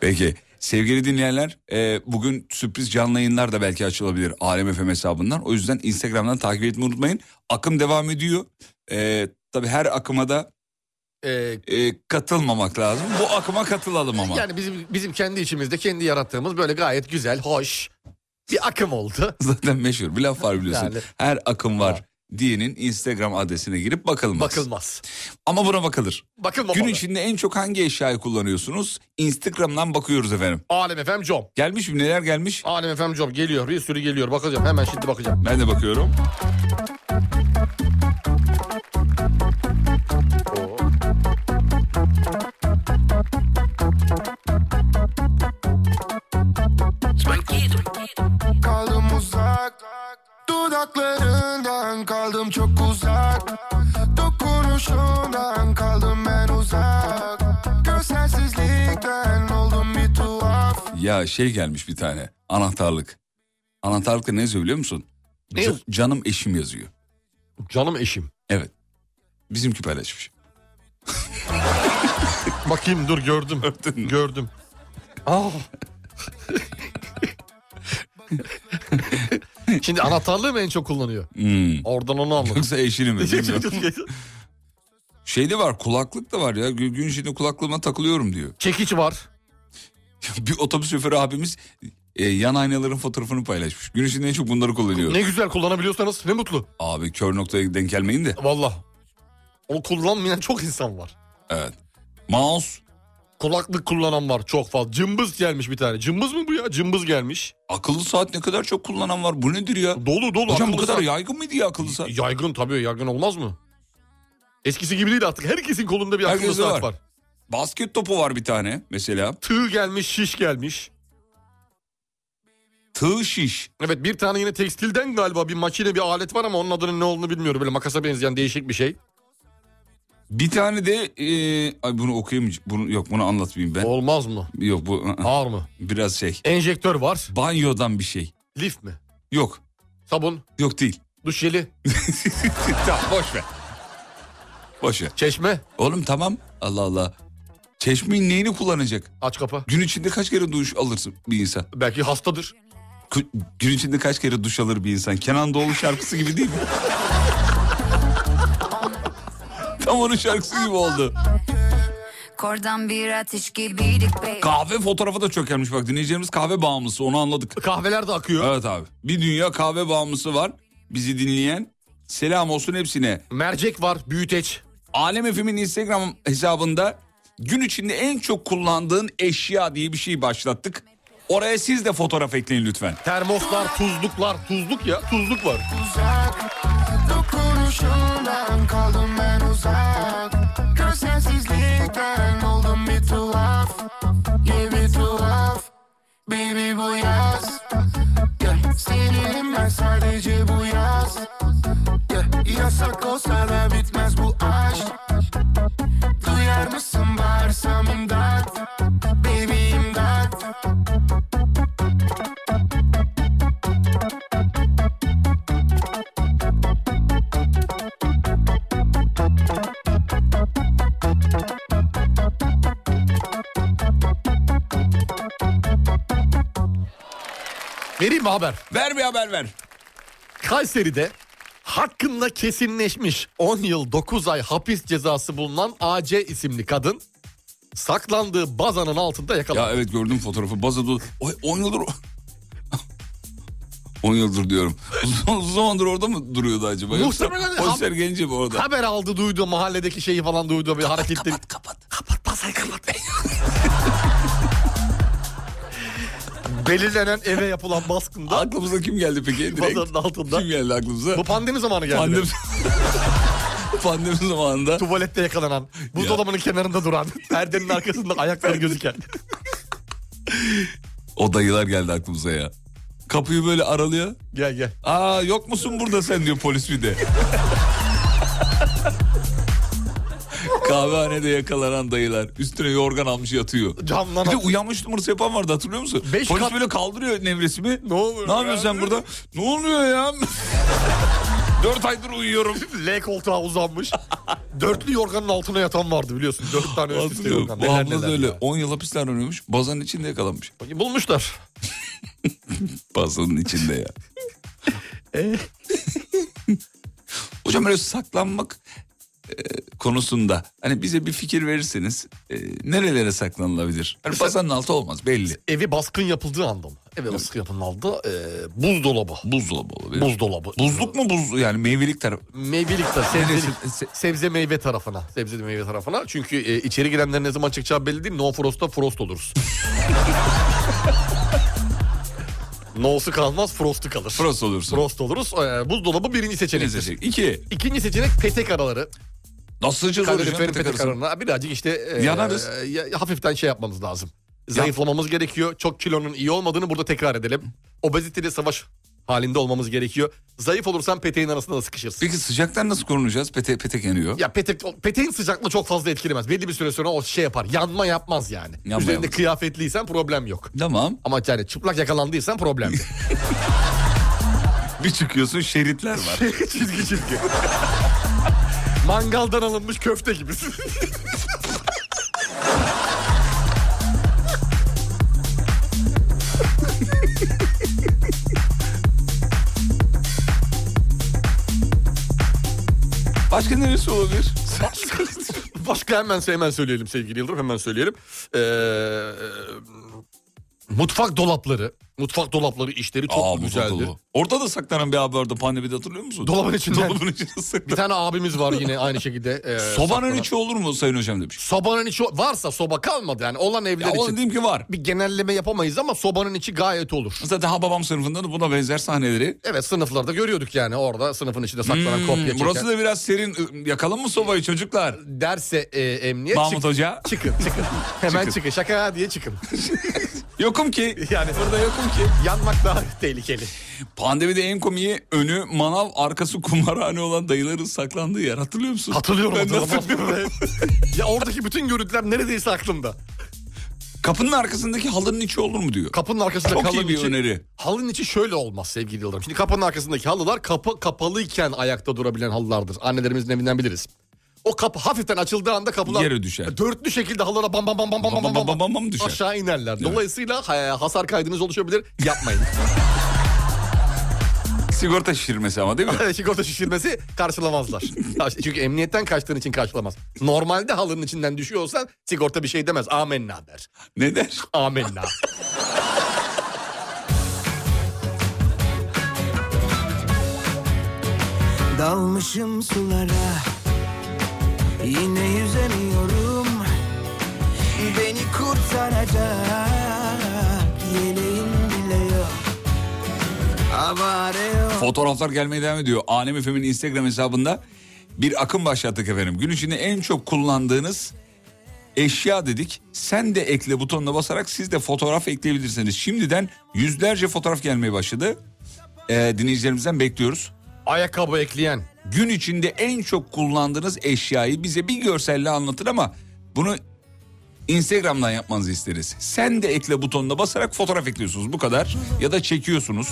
S3: Peki sevgili dinleyenler e, bugün sürpriz canlı yayınlar da belki açılabilir Alem FM hesabından. O yüzden Instagram'dan takip etmeyi unutmayın. Akım devam ediyor. E, tabii her akıma da
S4: Ee,
S3: e, katılmamak lazım. Bu akıma katılalım ama.
S4: Yani bizim bizim kendi içimizde kendi yarattığımız böyle gayet güzel, hoş bir akım oldu.
S3: <laughs> Zaten meşhur bir laf var biliyorsun.
S4: Yani.
S3: Her akım var diyenin Instagram adresine girip bakılmaz.
S4: Bakılmaz.
S3: Ama buna bakılır.
S4: Bakılmamalı.
S3: Gün içinde en çok hangi eşyayı kullanıyorsunuz? Instagram'dan bakıyoruz efendim.
S4: Alem FM com.
S3: Gelmiş mi neler gelmiş?
S4: Alem FM com geliyor. Bir sürü geliyor. Bakacağım. Hemen şimdi bakacağım.
S3: Ben de bakıyorum.
S5: Kaldım uzak Dudaklarından kaldım çok uzak Dokunuşundan kaldım ben uzak Gözlersizlikten oldum bir tuhaf
S3: Ya şey gelmiş bir tane. Anahtarlık. Anahtarlıkta ne yazıyor biliyor musun?
S4: Ne
S3: Ca-
S4: yaz-
S3: canım eşim yazıyor.
S4: Canım eşim.
S3: Evet. Bizimki paylaşmış.
S4: Bakayım dur gördüm.
S3: Öptün mü?
S4: gördüm.
S3: <laughs>
S4: Aa. şimdi anahtarlığı mı en çok kullanıyor?
S3: Hmm.
S4: Oradan onu anladım.
S3: Yoksa eşini
S4: <laughs>
S3: mi? <laughs> Bilmiyorum. şey de var kulaklık da var ya. Gü- Gün içinde kulaklığıma takılıyorum diyor. <laughs>
S4: Çekiç var.
S3: bir otobüs şoförü abimiz e, yan aynaların fotoğrafını paylaşmış. Gün içinde en çok bunları kullanıyor.
S4: Ne güzel kullanabiliyorsanız ne mutlu.
S3: Abi kör noktaya denk gelmeyin de.
S4: Valla. Onu kullanmayan çok insan var.
S3: Evet. Mouse,
S4: Kulaklık kullanan var çok fazla. Cımbız gelmiş bir tane. Cımbız mı bu ya? Cımbız gelmiş.
S3: akıllı saat ne kadar çok kullanan var. Bu nedir ya?
S4: Dolu dolu.
S3: Hocam bu
S4: akıllı
S3: kadar
S4: saat.
S3: yaygın mıydı ya akıllı saat?
S4: Yaygın tabii yaygın olmaz mı? Eskisi gibi değil artık. Herkesin kolunda bir akıllı
S3: Herkeste
S4: saat
S3: var.
S4: var.
S3: Basket topu var bir tane mesela.
S4: Tığ gelmiş, şiş gelmiş.
S3: Tığ şiş.
S4: Evet bir tane yine tekstilden galiba bir makine bir alet var ama onun adının ne olduğunu bilmiyorum. Böyle makasa benzeyen değişik bir şey.
S3: Bir tane de e, ay bunu okuyamayacağım. Bunu yok bunu anlatmayayım ben.
S4: Olmaz mı?
S3: Yok bu ı, ı,
S4: Ağır mı?
S3: biraz şey.
S4: Enjektör var.
S3: Banyodan bir şey.
S4: Lif mi?
S3: Yok.
S4: Sabun,
S3: Yok değil.
S4: duş jeli,
S3: tamam boş ver. Boş ver.
S4: çeşme,
S3: Oğlum tamam. Allah Allah. Çeşmenin neyini kullanacak?
S4: aç kapa.
S3: Gün içinde kaç kere duş alırsın bir insan?
S4: Belki hastadır.
S3: Ku- Gün içinde kaç kere duş alır bir insan? Kenan Doğulu şarkısı gibi değil mi? <laughs> Tam onun şarkısı gibi oldu.
S11: Kordan bir ateş gibiydik be.
S3: Kahve fotoğrafı da çökermiş bak. Dinleyicilerimiz kahve bağımlısı onu anladık.
S4: Kahveler de akıyor.
S3: Evet abi. Bir dünya kahve bağımlısı var. Bizi dinleyen. Selam olsun hepsine.
S4: Mercek var, büyüteç.
S3: Alem FM'in Instagram hesabında gün içinde en çok kullandığın eşya diye bir şey başlattık. Oraya siz de fotoğraf ekleyin lütfen.
S4: Termoslar, tuzluklar, tuzluk ya tuzluk var.
S12: uzak Dokunuşundan kaldım ben uzak Kör sensizlikten oldum bir tuhaf Yeah bir tuhaf Baby bu yaz yeah. Seninim ben sadece bu yaz yeah. Yasak olsa da bitmez bu aşk Duyar mısın bağırsam imdat Baby imdat
S4: Vereyim mi haber?
S3: Ver bir haber ver.
S4: Kayseri'de hakkında kesinleşmiş 10 yıl 9 ay hapis cezası bulunan AC isimli kadın saklandığı bazanın altında yakalandı.
S3: Ya evet gördüm fotoğrafı. Baza do- Oy, 10 yıldır... <laughs> 10 yıldır diyorum. Uzun, uzun zamandır orada mı duruyordu acaba? Yoksa
S4: Muhtemelen
S3: Konser gelince mi orada?
S4: Haber aldı duydu mahalledeki şeyi falan duydu bir hareketleri. Kapat kapat. Kapat bazayı kapat. <laughs> Belirlenen eve yapılan baskında.
S3: <laughs> Aklımıza kim geldi peki direkt?
S4: Bazanın altında.
S3: Kim geldi aklımıza?
S4: Bu pandemi zamanı geldi.
S3: Pandemi, <laughs> pandemi zamanında.
S4: Tuvalette yakalanan, buzdolabının kenarında duran, perdenin arkasında ayakları gözüken.
S3: O dayılar geldi aklımıza ya. Kapıyı böyle aralıyor.
S4: Gel gel.
S3: Aa yok musun burada sen diyor polis
S4: <laughs>
S3: bir de. Kahvehanede yakalanan dayılar. Üstüne yorgan almış yatıyor.
S4: Camdan
S3: bir de
S4: at-
S3: uyanmış numarası yapan vardı hatırlıyor musun?
S4: Beş
S3: polis
S4: kat-
S3: böyle kaldırıyor nevresimi.
S4: Ne oluyor
S3: Ne yapıyorsun
S4: ya?
S3: sen burada? Ne oluyor ya? Dört aydır uyuyorum.
S4: <laughs> L koltuğa uzanmış. Dörtlü yorganın altına yatan vardı biliyorsun. Dört tane üst üste
S3: Hatırlıyorum.
S4: yorgan.
S3: Bu
S4: Neler
S3: abla da
S4: neler
S3: öyle
S4: ya.
S3: 10 yıl hapisten ölmüş. Bazanın içinde yakalanmış.
S4: Bakayım, Bulmuşlar.
S3: Bazanın içinde <laughs> ya. E? <laughs> Hocam böyle saklanmak e, konusunda hani bize bir fikir verirseniz e, nerelere saklanılabilir? Hani bazanın altı olmaz belli.
S4: Evi baskın yapıldığı anda mı? Eve baskın yapılan anda e, buzdolabı.
S3: Buzdolabı olabilir.
S4: Buzdolabı.
S3: Buzluk mu buz yani meyvelik tarafı?
S4: Meyvelikte sebzelik, sebze meyve tarafına. Sebze meyve tarafına. Çünkü e, içeri girenlerin ne zaman çıkacağı belli değil. No frost'ta frost <laughs> oluruz. No'su kalmaz frost'u kalır.
S3: Frost olursun.
S4: Frost oluruz. E, buzdolabı birinci
S3: Deniz
S4: seçenektir.
S3: seçecek. İki.
S4: İkinci seçenek petek araları.
S3: Nasıl sıçacağız oraya?
S4: kaloriferin
S3: Petek
S4: petek
S3: arasına?
S4: aralarına birazcık işte e,
S3: Yanarız.
S4: e, ya- hafiften şey yapmamız lazım. Zayıflamamız gerekiyor. Çok kilonun iyi olmadığını burada tekrar edelim. Obeziteyle savaş halinde olmamız gerekiyor. Zayıf olursan peteğin arasında da sıkışırsın.
S3: Peki sıcaktan nasıl korunacağız? Pete, petek yanıyor.
S4: Ya petek, peteğin sıcaklığı çok fazla etkilemez. Belli bir süre sonra o şey yapar. Yanma yapmaz yani.
S3: Yanma
S4: Üzerinde
S3: yapmaz.
S4: kıyafetliysen problem yok.
S3: Tamam.
S4: Ama yani çıplak
S3: <laughs>
S4: yakalandıysan problem.
S3: Bir çıkıyorsun şeritler var.
S4: çizgi çizgi. Mangaldan alınmış köfte gibisin.
S3: Başka neresi olabilir?
S4: Başka hemen şey, hemen söyleyelim sevgili Yıldırım hemen söyleyelim. Ee, mutfak dolapları. Mutfak dolapları işleri çok
S3: Aa, bu
S4: güzeldir.
S3: dolu. Orada da saklanan bir abi vardı pandemide hatırlıyor musun?
S4: Dolabın içinden.
S3: Dolabın içinde
S4: Bir
S3: saklanan.
S4: tane abimiz var yine aynı şekilde. ee,
S3: Sobanın
S4: <laughs> saklanan.
S3: içi olur mu sayın hocam demiş.
S4: Sobanın içi varsa soba kalmadı yani olan evler
S3: Ya
S4: için.
S3: onu diyeyim ki var.
S4: Bir genelleme yapamayız ama sobanın içi gayet olur.
S3: Zaten ha babam sınıfında da buna benzer sahneleri. Hmm,
S4: Evet sınıflarda görüyorduk yani orada sınıfın içinde saklanan kopya çeken.
S3: Burası da biraz serin. Yakalım mı sobayı çocuklar?
S4: Derse e, emniyet
S3: Mahmut
S4: çık-
S3: Hoca.
S4: çıkın çıkın. Hemen
S3: Çıkın.
S4: çıkın. şaka diye çıkın.
S3: Yokum
S4: <laughs>
S3: ki.
S4: Yani
S3: Burada yokum ki.
S4: yanmak daha tehlikeli.
S3: Pandemide en komiği önü manav arkası kumarhane olan dayıların saklandığı yer. Hatırlıyor musun?
S4: Hatırlıyorum
S3: Ben de
S4: hatırlamam. <laughs> ya oradaki bütün görüntüler neredeyse aklımda.
S3: Kapının arkasındaki halının içi olur mu diyor.
S4: Kapının arkasında
S3: Çok
S4: kalın
S3: iyi bir
S4: içi.
S3: öneri.
S4: Halının içi şöyle olmaz sevgili Yıldırım. Şimdi kapının arkasındaki halılar kapı kapalıyken ayakta durabilen halılardır. Annelerimizin evinden biliriz. O kapı hafiften açıldığı anda kapılar
S3: Yere düşer.
S4: dörtlü şekilde halılara bam bam bam bam bam bam bam bam, bam,
S3: bam düşer.
S4: aşağı inerler. Dolayısıyla ha- hasar kaydınız oluşabilir. <laughs> Yapmayın.
S3: Sigorta şişirmesi ama değil
S4: <laughs>
S3: mi?
S4: Evet, Sigorta şişirmesi karşılamazlar. Çünkü emniyetten kaçtığın için karşılamaz. Normalde halının içinden düşüyorsan sigorta bir şey demez. Amenna der.
S3: ne der?
S4: Amenna.
S10: Dalmışım sulara
S6: Yine yüzemiyorum Beni kurtaracak Yeleğim bile yok Avare yok
S3: Fotoğraflar gelmeye devam ediyor. Alem Efem'in Instagram hesabında bir akım başlattık efendim. Gün içinde en çok kullandığınız eşya dedik. Sen de ekle butonuna basarak siz de fotoğraf ekleyebilirsiniz. Şimdiden yüzlerce fotoğraf gelmeye başladı. Ee, dinleyicilerimizden bekliyoruz.
S4: <laughs> Ayakkabı ekleyen.
S3: Gün içinde en çok kullandığınız eşyayı bize bir görselle anlatın ama bunu Instagram'dan yapmanızı isteriz. Sen de ekle butonuna basarak fotoğraf ekliyorsunuz bu kadar ya da çekiyorsunuz.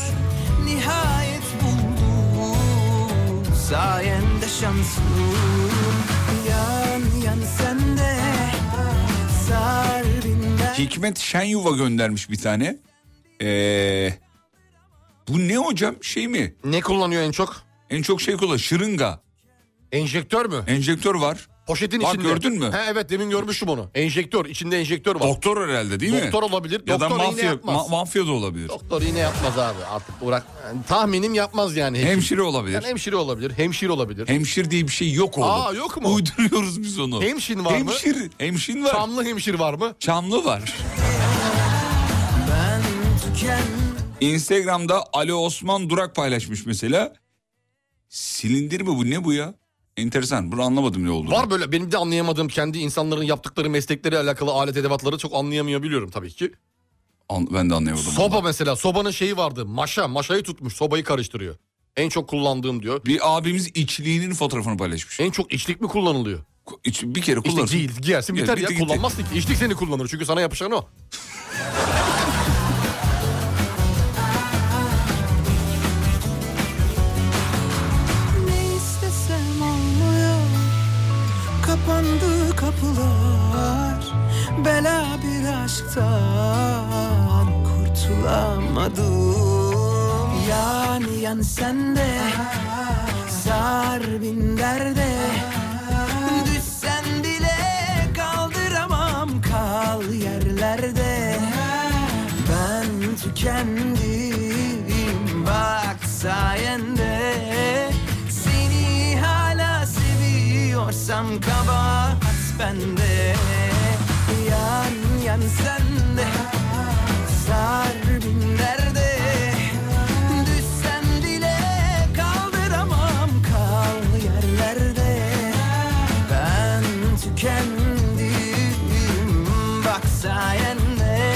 S6: Nihayet buldum Sayende şansım Yan yan sende Sar binler
S3: Hikmet Şenyuva göndermiş bir tane. Ee, bu ne hocam şey mi?
S4: Ne kullanıyor en çok?
S3: En çok şey kullanıyor şırınga.
S4: Enjektör mü?
S3: Enjektör var.
S4: Poşetin
S3: Bak,
S4: içinde.
S3: gördün mü?
S4: He evet demin görmüştüm onu. Enjektör. içinde enjektör var.
S3: Doktor herhalde değil mi?
S4: Doktor olabilir.
S3: Ya da
S4: Doktor iğne
S3: mafya,
S4: yapmaz.
S3: ma- mafya da olabilir.
S4: Doktor yine yapmaz abi. Artık uğrak. Yani tahminim yapmaz yani. hekim.
S3: Hemşire olabilir.
S4: Yani hemşire olabilir. Hemşire olabilir.
S3: Hemşir diye bir şey yok oğlum.
S4: Aa, yok mu?
S3: Uyduruyoruz biz onu.
S4: Hemşin var mı?
S3: Hemşir, hemşin var.
S4: Çamlı hemşir var mı?
S3: Çamlı var. Instagram'da Ali Osman Durak paylaşmış mesela. Silindir mi bu ne bu ya? Enteresan bunu anlamadım ne olduğunu.
S4: Var böyle benim de anlayamadığım kendi insanların yaptıkları meslekleriyle alakalı alet edevatları çok anlayamıyor biliyorum tabii ki.
S3: An- ben de anlayamadım.
S4: Soba mesela sobanın şeyi vardı maşa maşayı tutmuş sobayı karıştırıyor. En çok kullandığım diyor.
S3: Bir abimiz içliğinin fotoğrafını paylaşmış.
S4: En çok içlik mi kullanılıyor?
S3: İç- bir kere
S4: E- İşte
S3: kullanırsın.
S4: giy- giyersin
S3: Ya,
S4: biter
S3: bitti
S4: ya
S3: gitti.
S4: kullanmazsın ki. İçlik seni kullanır çünkü sana yapışan o.
S6: Ne istesem olmuyor Kapandı kapılar Bela bir aşktan Kurtulamadım Yani yan sende Sar bin derde Düşsen bile Kaldıramam kal yerlerde Ben tükendim Bak sayende Seni hala seviyorsam Kabahat bende Yan yan sende Sar binlerde Düşsen bile Kaldıramam kal yerlerde Ben tükendim Bak sayende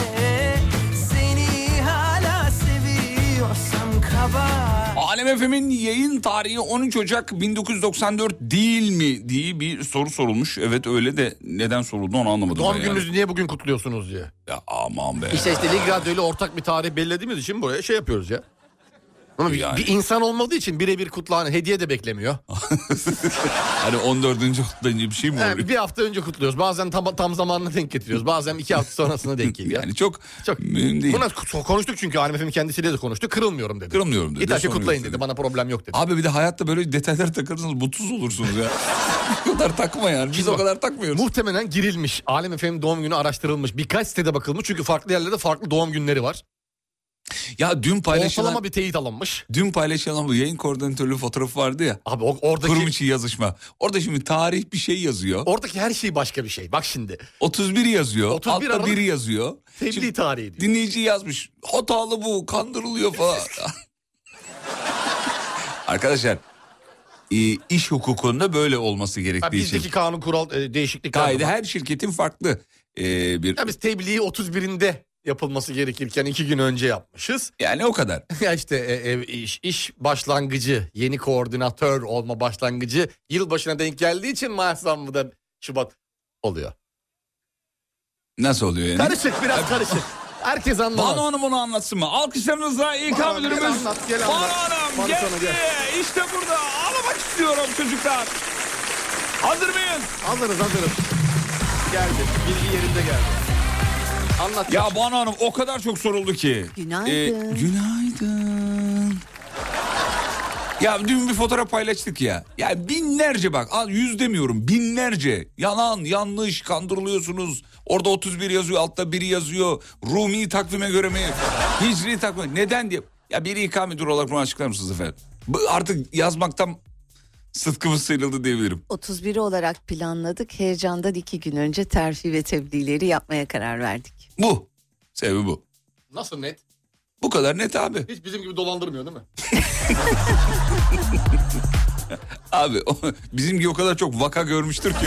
S6: Seni hala seviyorsam Kabahat
S3: Alem Efem'in yayın tarihi 13 Ocak 1994 değil mi diye bir soru sorulmuş. Evet öyle de neden soruldu onu anlamadım.
S4: Doğum
S3: ben yani.
S4: gününüzü niye bugün kutluyorsunuz diye.
S3: Ya aman be.
S4: İşte işte Lig Radyo ile ortak bir tarih belirlediğimiz için buraya şey yapıyoruz ya. Ama bir-
S3: Yani.
S4: bir insan olmadığı için birebir kutlanan hediye de beklemiyor.
S3: Hani 14. <laughs> haftada bir şey mi
S4: Yani
S3: oluyor?
S4: bir hafta önce kutluyoruz. Bazen tam, tam zamanına denk getiriyoruz. Bazen iki hafta sonrasına denk geliyor.
S3: Yani çok,
S4: Çok.
S3: mühim değil.
S4: Buna k- konuştuk çünkü Alem Efe'nin kendisiyle de konuştuk. Kırılmıyorum dedi.
S3: Kırılmıyorum dedi.
S4: İtaç'ı
S3: Sorun yok
S4: kutlayın
S3: dedi.
S4: dedi. Bana problem yok dedi.
S3: Abi bir de hayatta böyle detaylar takarsanız mutsuz olursunuz ya. <laughs> o kadar takma yani. Biz o kadar takmıyoruz.
S4: Muhtemelen girilmiş. Alem Efe'nin doğum günü araştırılmış. Birkaç sitede bakılmış. Çünkü farklı yerlerde farklı doğum günleri var.
S3: Ya dün paylaşılan
S4: Ortalama bir teyit alınmış.
S3: dün paylaşılan bu yayın koordinatörlüğü fotoğrafı vardı ya.
S4: Abi o- oradaki
S3: Kurum içi yazışma. Orada şimdi tarih bir şey yazıyor.
S4: oradaki her şey başka bir şey. Bak şimdi.
S3: 31 yazıyor.
S4: 31
S3: altta
S4: Aralık.
S3: biri yazıyor.
S4: Tebliğ
S3: Şimdi
S4: tarihi diyor.
S3: dinleyici yazmış. Hatalı bu kandırılıyor falan. <laughs> Arkadaşlar e, iş hukukunda böyle olması
S4: Ha,
S3: gerektiği için.
S4: bizdeki kanun kural e, değişiklikler
S3: Gayet
S4: var.
S3: her şirketin farklı e, bir
S4: Ya biz tebliği 31'inde yapılması gerekirken iki gün önce yapmışız.
S3: yani o kadar.
S4: <laughs> Ya işte e, e, iş, iş başlangıcı, yeni koordinatör olma başlangıcı yılbaşına denk geldiği için Mart zammıdan Şubat oluyor.
S3: Nasıl oluyor yani?
S4: Karışık biraz karışık. Herkes anlamaz.
S3: Banu Hanım onu anlatsın mı? Alkışlarınızla İK
S4: Banu, gel
S3: müdürümüz
S4: anlat, gel
S3: Banu
S4: anlat.
S3: Hanım
S4: Banu
S3: geldi.
S4: sana gel.
S3: İşte burada ağlamak istiyorum çocuklar. Hazır mıyız?
S4: Hazırız hazırız. Geldi. Bilgi yerinde geldi. Anlat.
S3: Ya Banu Hanım o kadar çok soruldu ki.
S13: Günaydın.
S3: Ee, günaydın. Ya dün bir fotoğraf paylaştık ya. Ya binlerce bak al yüz demiyorum binlerce. Yalan yanlış kandırılıyorsunuz. Orada 31 yazıyor altta biri yazıyor. Rumi takvime göre mi? Hicri takvime neden diye. Ya biri İK müdürü olarak bunu açıklar mısınız efendim? Bu Artık yazmaktan Sıtkımız sıyrıldı diyebilirim.
S13: 31'i olarak planladık. Heyecandan iki gün önce terfi ve tebliğleri yapmaya karar verdik.
S3: Bu. Sebebi bu.
S4: Nasıl net?
S3: Bu kadar net abi.
S4: Hiç bizim gibi dolandırmıyor değil mi?
S3: Abi o, bizim gibi o kadar çok vaka görmüştür ki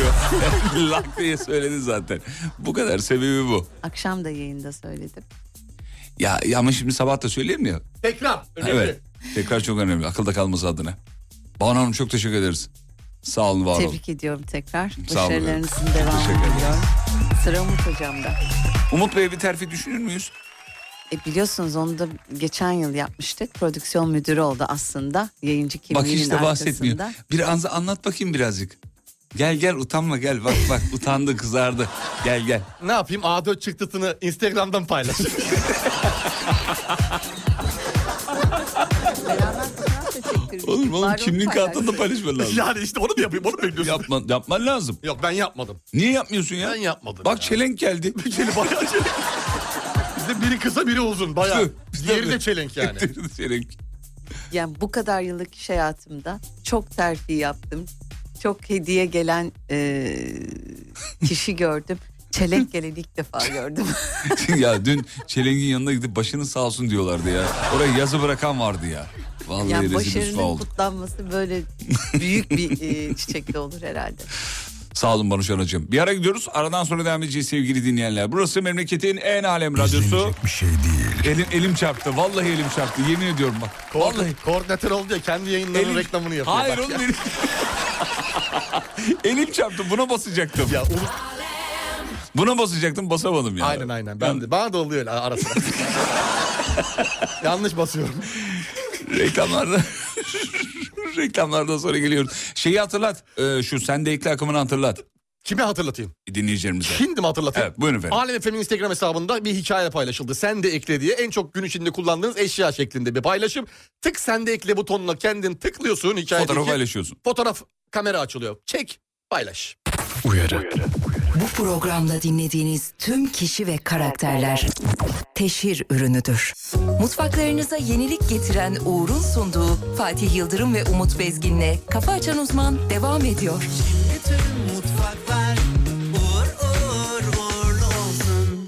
S3: o. <laughs> Lak diye söyledi zaten. Bu kadar sebebi bu.
S13: Akşam da yayında söyledim.
S3: Ya, ya ama şimdi sabah da söyleyeyim ya.
S4: Tekrar.
S3: Evet. Tekrar çok önemli. Akılda kalması adına. Banu Hanım çok teşekkür ederiz. Sağ olun, var olun.
S13: Tebrik ediyorum tekrar.
S3: Sağ olun.
S13: Başarılarınızın devamını
S3: Teşekkür ederiz.
S13: diliyorum. Sıra Umut Hocam'da.
S3: Umut Bey'e bir terfi düşünür müyüz?
S13: E biliyorsunuz onu da geçen yıl yapmıştık. Prodüksiyon müdürü oldu aslında. Yayıncı kimliğinin
S3: Bak hiç de bahsetmiyor.
S13: arkasında.
S3: Bir anza anlat bakayım birazcık. Gel gel utanma gel bak bak utandı kızardı. Gel gel.
S4: Ne yapayım A4 çıktısını Instagram'dan paylaş. <laughs>
S3: Oğlum oğlum
S4: Var
S3: kimlik
S4: paylaş.
S3: kartını da paylaşman lazım.
S4: <laughs> Yani işte onu da yapayım onu bekliyorsun.
S3: Yapman, yapman lazım.
S4: Yok ben yapmadım.
S3: Niye yapmıyorsun ya?
S4: Ben yapmadım.
S3: Bak çelenk geldi.
S4: Çelenk bayağı çelenk. Bizde biri kısa biri uzun bayağı. Diğeri de çelenk yani.
S3: Diğeri de çelenk. <laughs>
S13: Yani bu kadar yıllık iş hayatımda çok terfi yaptım. Çok hediye gelen e,
S3: <laughs>
S13: kişi gördüm. Çelek gelen ilk defa gördüm.
S3: ya dün çelengin yanına gidip başını sağ olsun diyorlardı ya. Oraya yazı bırakan vardı ya. <laughs> Vallahi
S13: yani
S3: rezil rüsva
S13: başarının
S3: olduk.
S13: kutlanması böyle büyük bir e, çiçekli olur herhalde.
S3: Sağ olun Barış Anacığım. Bir ara gidiyoruz. Aradan sonra devam edeceğiz sevgili dinleyenler. Burası memleketin en alem radyosu. bir şey değil. Elim, elim çarptı. Vallahi elim çarptı. Yemin ediyorum bak. Vallahi.
S4: Koordinatör oldu ya kendi yayınlarının
S3: Elim-
S4: reklamını yapıyor.
S3: Hayır
S4: bak
S3: oğlum
S4: ya.
S3: benim- <laughs> elim çarptı. Buna basacaktım.
S4: Ya Umut-
S3: Buna basacaktım basamadım ya.
S4: Aynen aynen. Ben de, bana da oluyor öyle ara sıra. <laughs> Yanlış basıyorum.
S3: Reklamlarda <laughs> reklamlardan sonra geliyoruz. Şeyi hatırlat. e, şu sende ekli akımını hatırlat.
S4: Kime hatırlatayım?
S3: Dinleyicilerimize.
S4: Şimdi mi hatırlatayım?
S3: Evet, buyurun efendim.
S4: Alem Efem'in Instagram hesabında bir hikaye paylaşıldı. Sen de ekle diye en çok gün içinde kullandığınız eşya şeklinde bir paylaşım. Tık sen de ekle butonuna kendin tıklıyorsun hikayedeki.
S3: Fotoğrafı paylaşıyorsun.
S4: Fotoğraf kamera açılıyor. Çek paylaş.
S7: Uyarı. Bu programda dinlediğiniz tüm kişi ve karakterler teşhir ürünüdür.
S14: Mutfaklarınıza yenilik getiren Uğur'un sunduğu
S7: Fatih Yıldırım ve Umut Bezgin'le Kafa Açan Uzman devam ediyor.
S1: Mutfaklar uğur uğur uğurlu olsun.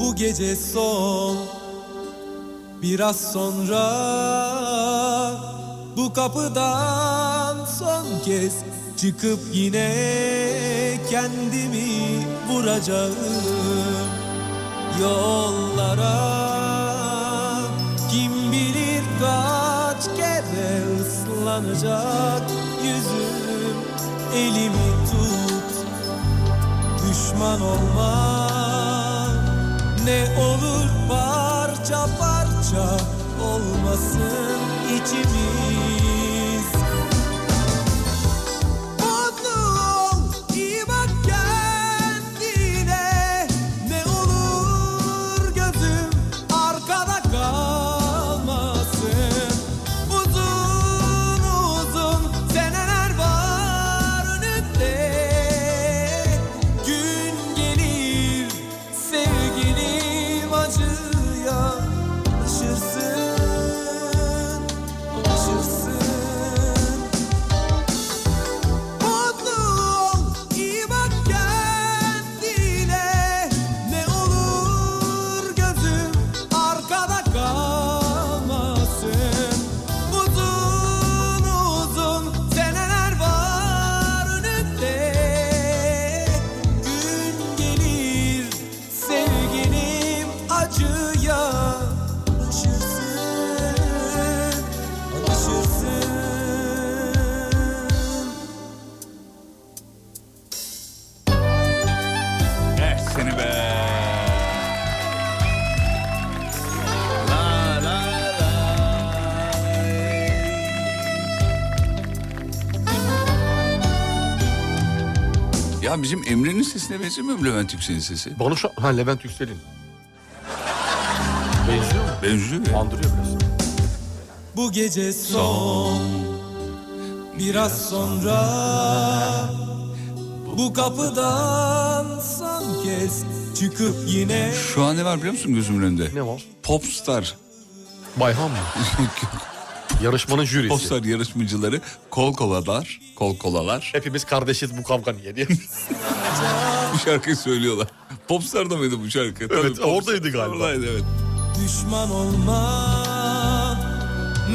S6: Bu gece son Biraz sonra Bu kapıdan son kez Çıkıp yine kendimi vuracağım Yollara Kim bilir kaç kere ıslanacak yüzüm Elimi tut Düşman olma ne olur parça parça olmasın içimiz Mutlu ol, iyi bak kendine Ne olur gözüm arkada kalmasın Uzun uzun seneler var önünde Gün gelir Sevgilim acıya alışırsın, alışırsın
S4: Eh,
S3: Ya bizim Emre'nin sesine benzemiyor mu Levent Yüksel'in sesi?
S4: Bana şu ha Levent Yüksel'in. Benziyor mu?
S3: Benziyor ya.
S4: Andırıyor biraz.
S2: Bu gece son Biraz sonra Bu kapıdan son kez Çıkıp yine
S3: Şu an ne var biliyor musun gözümün önünde? Ne
S4: var? <laughs>
S3: Popstar.
S4: Bayhan mı? Yarışmanın jürisi.
S3: Popstar yarışmacıları kol kolalar. Kol kolalar.
S4: Hepimiz kardeşiz bu kavga
S3: <laughs>
S4: niye diye.
S3: bu şarkıyı söylüyorlar. Popstar'da mıydı bu şarkı? Evet
S4: oradaydı galiba.
S3: Oradaydı evet.
S2: Düşman olma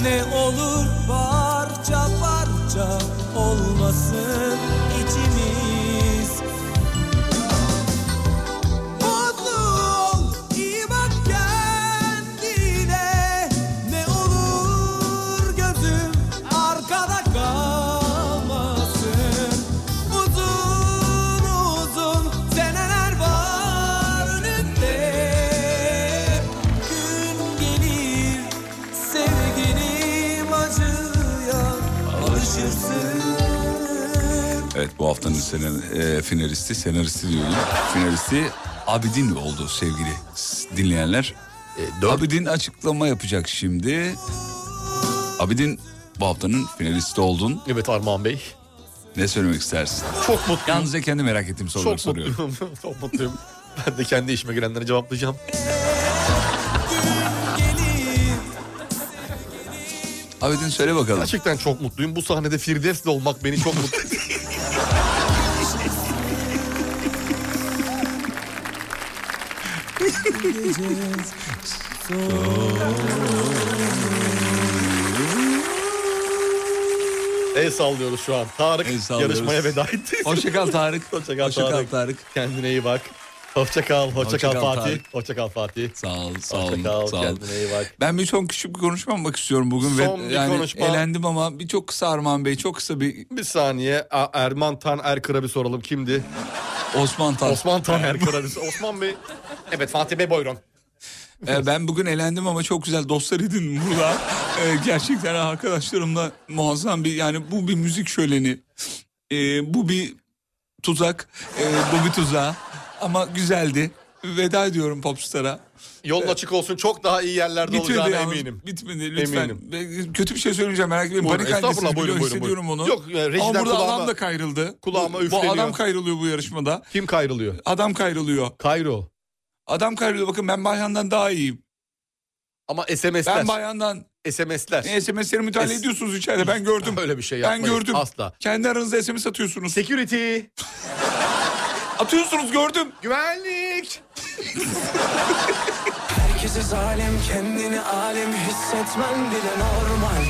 S2: Ne olur parça parça Olmasın içimiz Mutlu ol iyi bak kendine Ne olur gözüm Arkada kalmasın Uzun uzun seneler var önünde Gün gelir sevgilim acıya alışırsın
S3: Evet bu haftanın senen, e, finalisti, senaristi diyorum. Finalisti Abidin oldu sevgili s- dinleyenler. E, Abidin açıklama yapacak şimdi. Abidin bu haftanın finalisti oldun.
S4: Evet Armağan Bey.
S3: Ne söylemek istersin?
S4: Çok mutluyum.
S3: Yalnızca kendi merak ettiğim soruları
S4: Çok
S3: soruyorum.
S4: mutluyum. <laughs> Çok mutluyum. Ben de kendi işime girenleri cevaplayacağım.
S3: Abidin söyle bakalım.
S4: <laughs> Gerçekten çok mutluyum. Bu sahnede Firdevs'le olmak beni çok
S3: <laughs>
S4: mutlu... El sallıyoruz şu an. Tarık
S3: El sallıyoruz.
S4: yarışmaya veda etti.
S3: Hoşçakal Tarık.
S4: Hoşçakal
S3: Hoşça kal
S4: Tarık.
S3: Tarık.
S4: <laughs> Kendine iyi bak. Hoşçakal, hoşçakal
S3: Hoşça kal
S4: Fatih.
S3: Tarık.
S4: Hoşçakal Fatih.
S3: Sağ ol, sağ
S4: Hoşça
S3: olun,
S4: kal,
S3: sağ olun.
S4: kendine iyi bak.
S3: Ben bir çok küçük bir konuşma yapmak istiyorum bugün.
S4: Son bir
S3: yani
S4: konuşma.
S3: Elendim ama bir çok kısa Armağan Bey, çok kısa bir...
S4: Bir saniye. A- Erman Tan Erkır'a bir soralım. Kimdi?
S3: Osman Tan.
S4: Osman Tan Erkır'a bir sor- Osman Bey. Evet Fatih Bey buyurun.
S3: Ee, ben bugün elendim ama çok güzel dostlar edindim burada.
S4: <laughs>
S3: Ee, gerçekten arkadaşlarımla muazzam bir yani bu bir müzik şöleni. Ee, bu bir tuzak. Ee, bu bir tuzağa. Ama güzeldi. Veda ediyorum Popstar'a.
S4: Yolun açık olsun. Çok daha iyi yerlerde
S3: Bitmedi
S4: olacağına
S3: yalnız,
S4: eminim.
S3: Bitmedi lütfen. Ve Kötü bir şey söyleyeceğim merak etmeyin.
S4: Buyurun,
S3: Panik
S4: estağfurullah,
S3: halindesiniz
S4: buyurun,
S3: biliyorum,
S4: buyurun,
S3: hissediyorum onu.
S4: buyurun. Yok, e, rejiden
S3: Ama burada
S4: kulağıma-
S3: adam da kayrıldı.
S4: Kulağıma
S3: Bu- Bu
S4: üfleniyor.
S3: adam kayrılıyor bu yarışmada.
S4: Kim kayrılıyor?
S3: Adam kayrılıyor.
S4: Kayro.
S3: Adam kayrılıyor. Bakın ben Bayhan'dan daha iyiyim.
S4: Ama SMS'ler.
S3: Ben Bayhan'dan
S4: SMS'ler.
S3: E, SMS'lere müdahale
S4: Es-
S3: ediyorsunuz içeride. Ben gördüm.
S4: Öyle bir şey
S3: Ben
S4: yapmayız.
S3: gördüm.
S4: Asla.
S3: Kendi aranızda SMS atıyorsunuz.
S4: Security.
S3: Atıyorsunuz gördüm.
S4: Güvenlik.
S6: Herkese zalim kendini alim hissetmen bile normal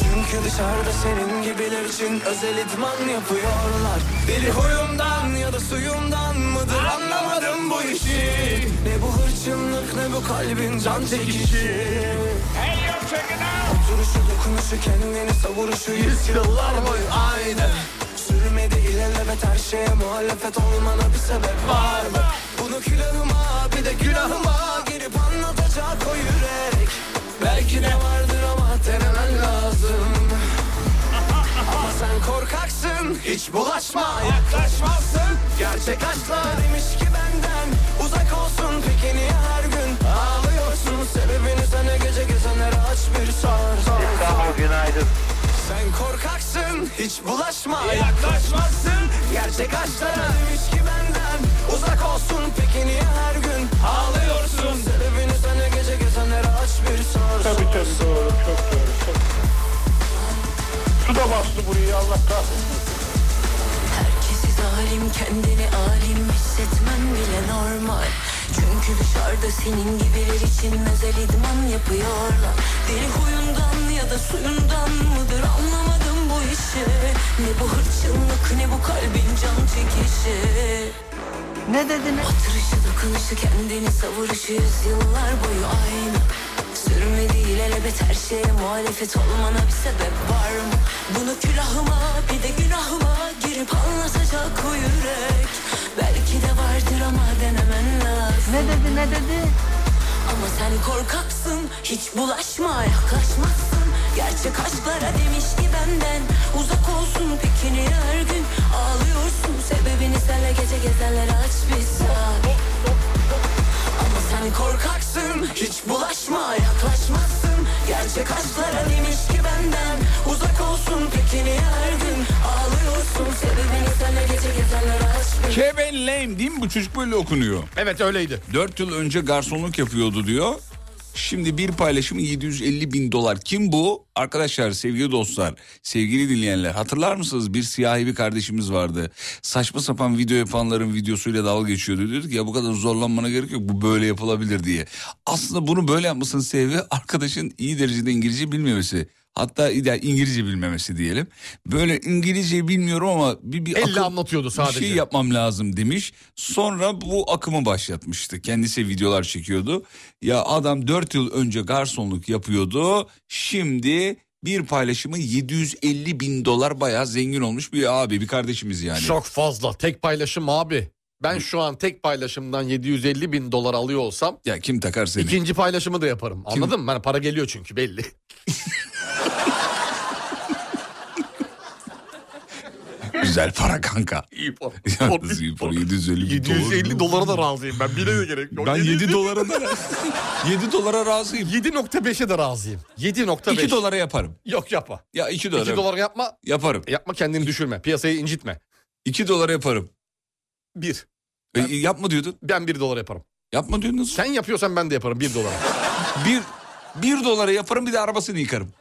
S6: Çünkü dışarıda senin gibiler için özel idman yapıyorlar Deli huyumdan ya da suyumdan mıdır anlamadım bu işi Ne bu hırçınlık ne bu kalbin can çekişi Hey yo check it out Oturuşu dokunuşu kendini savuruşu yüz yıllar boyu aynı Sürmedi ilelebet her şeye muhalefet olmana bir sebep var mı? Bunu külahıma bir de günahıma girip anlatacak o yürek Belki de vardır ama denemen lazım Ama sen korkaksın hiç bulaşma yaklaşmazsın Gerçek aşkla demiş ki benden uzak olsun peki niye her gün ağlıyorsun Sebebini sana gece gezenlere aç bir sor İstanbul günaydın sen korkaksın, hiç bulaşma, yaklaşmazsın Gerçek aşklara demiş ki benden uzak olsun Peki niye her gün ağlıyorsun? Sebebini sana gece gezenlere aç bir sor Tabii tabii doğru, çok doğru, çok Su da bastı burayı Allah kahretsin
S15: Herkesi zalim kendini alim hissetmen bile normal Çünkü dışarıda senin gibiler için özel idman yapıyorlar Deli huyundan ya da suyundan mıdır anlamadım bu işi Ne bu hırçınlık ne bu kalbin can çekişi Ne dediniz? Oturuşu dokunuşu kendini savuruşu yıllar boyu aynı Sürmedi ilelebet her şeye muhalefet olmana bir sebep var mı? Bunu külahıma bir de günahıma girip anlatacak o yürek Belki de vardır ama denemen lazım Ne dedi ne dedi? Ama sen korkaksın hiç bulaşma yaklaşmazsın
S2: Gerçek aşklara demiş ki benden Uzak olsun pikini her gün Ağlıyorsun sebebini senle gece gezenlere aç bir saat Ama sen korkaksın Hiç bulaşma yaklaşmazsın Gerçek aşklara demiş ki benden Uzak olsun pikini her gün Ağlıyorsun sebebini senle gece gezenlere aç bir
S3: Kevin Lame değil mi? Bu çocuk böyle okunuyor.
S4: Evet öyleydi.
S3: 4 yıl önce garsonluk yapıyordu diyor. Şimdi bir paylaşımı 750 bin dolar. Kim bu? Arkadaşlar, sevgili dostlar, sevgili dinleyenler. Hatırlar mısınız? Bir siyahi bir kardeşimiz vardı. Saçma sapan video yapanların videosuyla dalga geçiyordu. Diyorduk ya bu kadar zorlanmana gerek yok. Bu böyle yapılabilir diye. Aslında bunu böyle yapmasının sebebi arkadaşın iyi derecede İngilizce bilmemesi. Hatta ide- İngilizce bilmemesi diyelim. Böyle İngilizce bilmiyorum ama bir, bir akıl-
S4: anlatıyordu
S3: Bir şey
S4: sadece.
S3: yapmam lazım demiş. Sonra bu akımı başlatmıştı. Kendisi videolar çekiyordu. Ya adam 4 yıl önce garsonluk yapıyordu. Şimdi bir paylaşımı 750 bin dolar bayağı zengin olmuş bir abi bir kardeşimiz yani.
S4: Çok fazla. Tek paylaşım abi. Ben şu an tek paylaşımdan 750 bin dolar alıyor olsam.
S3: Ya kim takar seni?
S4: İkinci paylaşımı da yaparım. Anladın mı? Yani para geliyor
S3: <laughs>
S4: çünkü belli.
S3: Güzel para kanka.
S4: İyi para.
S3: Yalnız iyi para 750 bin dolar.
S4: 750 dolara da razıyım ben. Bire de gerek yok.
S3: Ben 7 dolara da <laughs> 7 dolara razıyım.
S4: 7.5'e de razıyım. 7.5.
S3: 2 dolara yaparım.
S4: Yok yapma.
S3: Ya 2 dolara.
S4: 2 dolara yapma.
S3: Yaparım.
S4: Yapma kendini düşürme. Piyasayı incitme.
S3: 2 dolara yaparım. E,
S4: 1.
S3: yapma diyordun.
S4: Ben 1 dolar yaparım.
S3: Yapma diyordun.
S4: Sen yapıyorsan ben de yaparım 1 dolara.
S3: 1 1 dolara yaparım bir de arabasını yıkarım.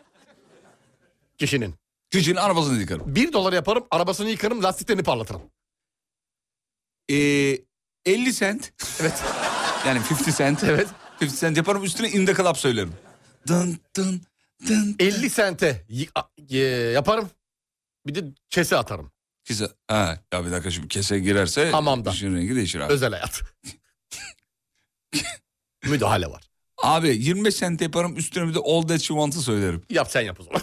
S4: Kişinin.
S3: Kişinin arabasını yıkarım.
S4: 1 dolar yaparım, arabasını yıkarım, lastiklerini parlatırım.
S3: Ee, 50 cent.
S4: Evet.
S3: <laughs> Yani 50 cent. Evet. 50 cent yaparım üstüne in the club söylerim. Dın dın dın.
S4: 50 sente y- a- e, yaparım. Bir de kese atarım.
S3: Kese. Ha, ya bir dakika şimdi kese girerse
S4: Hamamda.
S3: işin rengi değişir abi.
S4: Özel
S3: <laughs>
S4: hayat. Müdahale var.
S3: Abi 25 cent yaparım üstüne bir de all that you want'ı söylerim.
S4: Yap sen yap o zaman.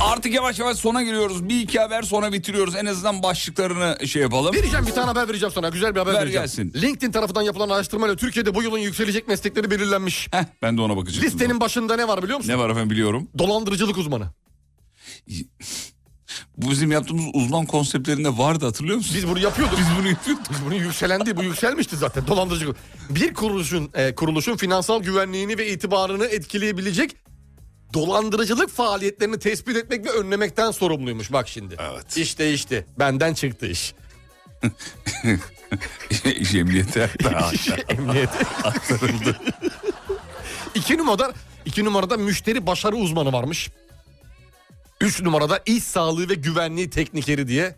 S3: Artık yavaş yavaş sona giriyoruz. Bir iki haber sonra bitiriyoruz. En azından başlıklarını şey yapalım.
S4: Vereceğim bir tane haber vereceğim sana. Güzel bir haber
S3: Ver
S4: vereceğim.
S3: gelsin.
S4: LinkedIn tarafından yapılan araştırmayla Türkiye'de bu yılın yükselecek meslekleri belirlenmiş.
S3: Ben de ona bakacağım.
S4: Listenin başında ne var biliyor musun?
S3: Ne var efendim biliyorum.
S4: Dolandırıcılık uzmanı.
S3: Bu bizim yaptığımız uzman konseptlerinde vardı hatırlıyor musun?
S4: Biz bunu yapıyorduk.
S3: Biz bunu yapıyorduk.
S4: Biz bunu yükselendi. Bu yükselmişti zaten. Dolandırıcılık. Bir kuruluşun e, kuruluşun finansal güvenliğini ve itibarını etkileyebilecek dolandırıcılık faaliyetlerini tespit etmek ve önlemekten sorumluymuş bak şimdi. Evet. İş değişti. Benden çıktı iş.
S3: <laughs> İş emniyete.
S4: <laughs> emniyete.
S3: <laughs> Aktarıldı.
S4: İki numarada, iki numarada müşteri başarı uzmanı varmış. Üç numarada iş sağlığı ve güvenliği teknikeri diye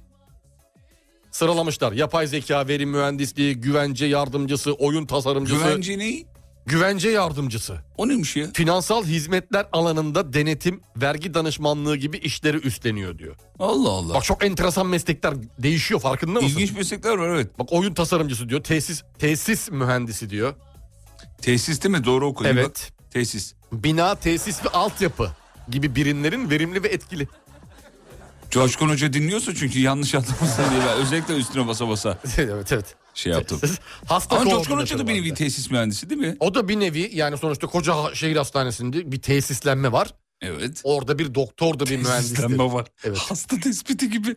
S4: sıralamışlar. Yapay zeka, veri mühendisliği, güvence yardımcısı, oyun tasarımcısı.
S3: Güvence ne?
S4: Güvence yardımcısı.
S3: O neymiş ya?
S4: Finansal hizmetler alanında denetim, vergi danışmanlığı gibi işleri üstleniyor diyor.
S3: Allah Allah.
S4: Bak çok enteresan meslekler değişiyor farkında mısın?
S3: İlginç meslekler var evet.
S4: Bak oyun tasarımcısı diyor, tesis tesis mühendisi diyor.
S3: Tesis değil mi? Doğru okudum.
S4: Evet.
S3: Tesis.
S4: Bina, tesis ve altyapı gibi birimlerin verimli ve etkili. <laughs>
S3: Coşkun Hoca dinliyorsa çünkü yanlış anlamasın diye ben özellikle üstüne basa basa
S4: evet evet.
S3: şey yaptım.
S4: Hasta
S3: Ama Coşkun
S4: koordinatörü
S3: Hoca da
S4: var
S3: bir
S4: bir
S3: nevi tesis mühendisi değil mi?
S4: O da bir nevi yani sonuçta koca ha- şehir hastanesinde bir tesislenme var.
S3: Evet.
S4: Orada bir doktor da bir mühendis. de-
S3: Tesislenme var.
S4: Evet.
S3: Hasta tespiti
S4: <laughs>
S3: gibi.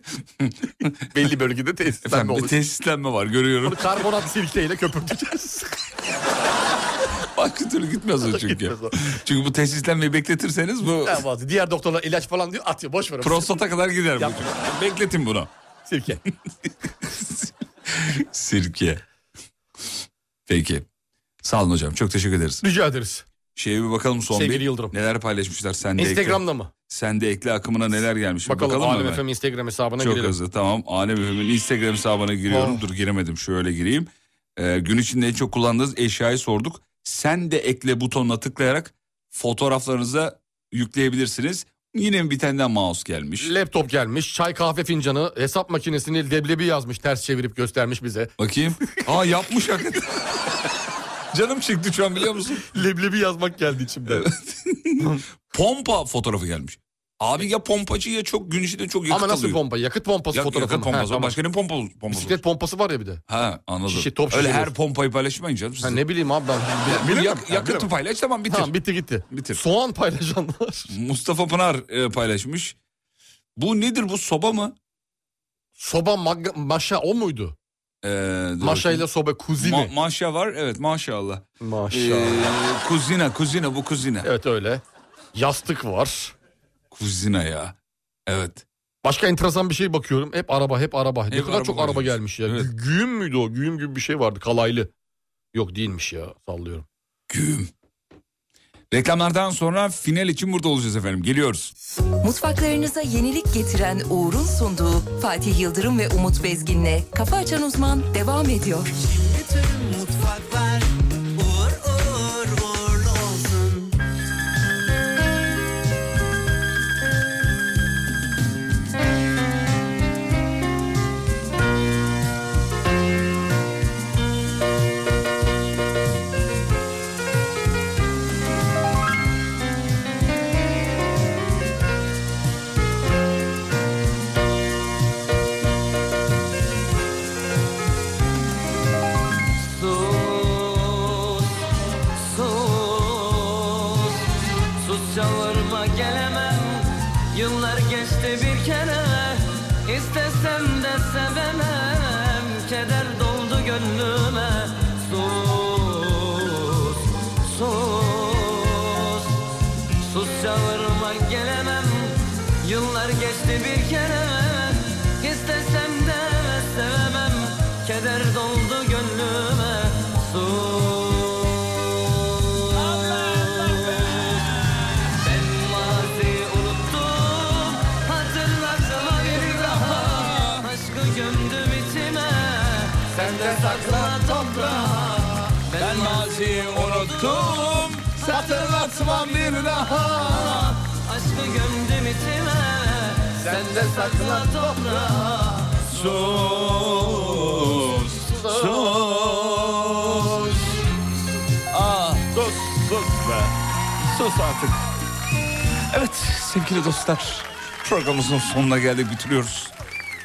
S4: Belli <laughs> bölgede tesislenme
S3: Efendim bir
S4: oluyor.
S3: tesislenme var görüyorum.
S4: <laughs> Bunu karbonat
S3: <laughs>
S4: sirkeyle köpürteceğiz.
S3: Başka türlü gitmez o çünkü.
S4: Gitmez o.
S3: çünkü bu tesislenmeyi bekletirseniz bu
S4: Ha, bazı- Diğer doktorlar ilaç falan diyor atıyor boş ver. onu.
S3: prostata kadar gider bu.
S4: Yapma.
S3: çünkü. Bekletin bunu.
S4: Sirke.
S3: Sirke. Peki. Sağ olun hocam. Çok teşekkür ederiz.
S4: Rica ederiz.
S3: Şeye bir bakalım son
S4: Sevgili
S3: bir.
S4: Yıldırım.
S3: Neler paylaşmışlar sende
S4: Instagram'da
S3: ekle.
S4: mı?
S3: Sende ekle akımına neler gelmiş. Bir
S4: Bakalım,
S3: mı
S4: Alem
S3: hemen?
S4: FM Instagram hesabına
S3: Çok
S4: girelim.
S3: hızlı tamam. Alem FM'in Instagram hesabına giriyorum.
S4: Oh.
S3: Dur giremedim şöyle gireyim. Ee, gün içinde en çok kullandığınız eşyayı sorduk. Sen de ekle butonuna tıklayarak fotoğraflarınıza yükleyebilirsiniz. Yine bir tane daha mouse gelmiş.
S4: Laptop gelmiş, çay kahve fincanı, hesap makinesini leblebi yazmış, ters çevirip göstermiş bize.
S3: Bakayım. Aa yapmış hakikaten. <laughs> Canım çıktı şu an biliyor musun?
S4: Leblebi yazmak geldi içimden.
S3: Pompa fotoğrafı gelmiş. Abi ya pompacı ya çok gün içinde çok yakıt
S4: Ama nasıl
S3: alıyor.
S4: pompa? Yakıt pompası
S3: Yak-
S4: fotoğrafı
S3: Yakıt
S4: mı? Ha,
S3: pompası.
S4: tamam.
S3: Başka ne pompa, pompası?
S4: Bisiklet pompası var ya bir de.
S3: Ha anladım.
S4: Şişe, top
S3: Öyle
S4: şişe
S3: her
S4: diyorsun.
S3: pompayı paylaşmayın canım.
S4: Ha, ne bileyim abi ben.
S3: Bir-
S4: Bilemem.
S3: yak-
S4: Ha,
S3: yakıtı
S4: bilemem.
S3: paylaş tamam bitir.
S4: Tamam bitti gitti.
S3: <laughs>
S4: Soğan paylaşanlar.
S3: Mustafa Pınar e, paylaşmış. Bu nedir bu soba mı?
S4: Soba magga- maşa o muydu? Maşa ile soba kuzini.
S3: E, Ma- maşa var evet maşallah.
S4: Maşallah.
S3: Ee, kuzina kuzina bu kuzina.
S4: Evet öyle. Yastık var.
S3: Kuzina ya. Evet.
S4: Başka enteresan bir şey bakıyorum. Hep araba, hep araba. ne
S3: Hep
S4: kadar
S3: araba
S4: çok araba
S3: görüyoruz.
S4: gelmiş ya. Gü- Güğüm müydü o? Güğüm gibi bir şey vardı. Kalaylı. Yok değilmiş ya. Sallıyorum.
S3: Reklamlardan sonra final için burada olacağız efendim. Geliyoruz.
S7: Mutfaklarınıza yenilik getiren Uğur'un sunduğu Fatih Yıldırım ve Umut Bezgin'le Kafa Açan Uzman devam ediyor.
S2: Bütün mutfaklar uğur uğur uğurlu olsun.
S6: Sus, sus, sus çağırma gelemem Yıllar geçti bir kere İstesem de sevemem Keder doldu gönlüme Sus, sus, sus çağırma gelemem Yıllar geçti bir kere İstesem de sevemem Keder doldu gönlüme Sus Ben mazi unuttum Hatırlatma bir daha Aşkı gömdüm içime Sen de sakla toprağa Ben mazi unuttum Hatırlatmam bir daha Aşkı gömdüm içime Sen de sakla toprağa
S3: Sus, sus.
S6: Ah.
S3: Sus, sus be. Sus artık. Evet sevgili dostlar programımızın sonuna geldik bitiriyoruz.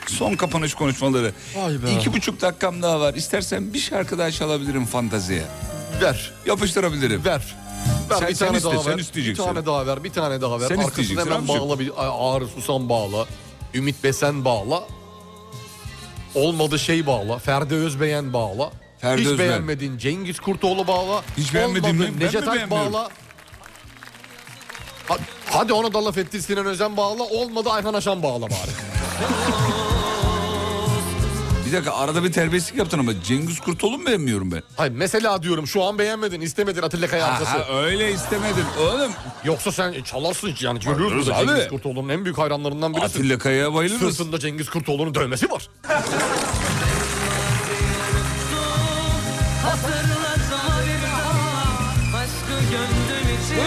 S3: Son kapanış konuşmaları.
S4: Vay be.
S3: İki buçuk dakikam daha var. İstersen bir şarkı daha çalabilirim fantaziye.
S4: Ver.
S3: Yapıştırabilirim.
S4: Ver.
S3: Sen,
S4: Ver,
S3: sen, iste,
S4: daha
S3: sen
S4: ver.
S3: isteyeceksin.
S4: Bir tane daha ver. Bir tane daha ver.
S3: Sen
S4: Arkasına
S3: isteyeceksin
S4: hemen
S3: abiciğim.
S4: bağla. Bir, ağrı susam bağla. Ümit Besen bağla. Olmadı şey bağla. Ferdi Özbeyen bağla.
S3: Ferdi
S4: Hiç
S3: Özbeyen.
S4: beğenmedin Cengiz Kurtoğlu bağla.
S3: Hiç beğenmedin
S4: Olmadı,
S3: mi? Ben mi
S4: Necdet Ak
S3: beğenmiyorum?
S4: bağla. Ha- Hadi ona da laf ettin Sinan Özen bağla. Olmadı Ayhan Aşan bağla
S3: <laughs>
S4: bari.
S3: Bir dakika arada bir terbiyesizlik yaptın ama Cengiz Kurtoğlu mu beğenmiyorum ben?
S4: Hayır mesela diyorum şu an beğenmedin istemedin Atilla Kaya
S3: Ha,
S4: arkası.
S3: ha, öyle istemedin oğlum.
S4: Yoksa sen e, çalarsın hiç yani
S3: Bayılırız
S4: görüyoruz da
S3: abi.
S4: Cengiz Kurtoğlu'nun en büyük hayranlarından birisin.
S3: Atilla Kaya'ya bayılırız.
S4: Sırtında Cengiz Kurtoğlu'nun dövmesi var.
S6: Hatırlatma bir daha Aşkı gömdüm içime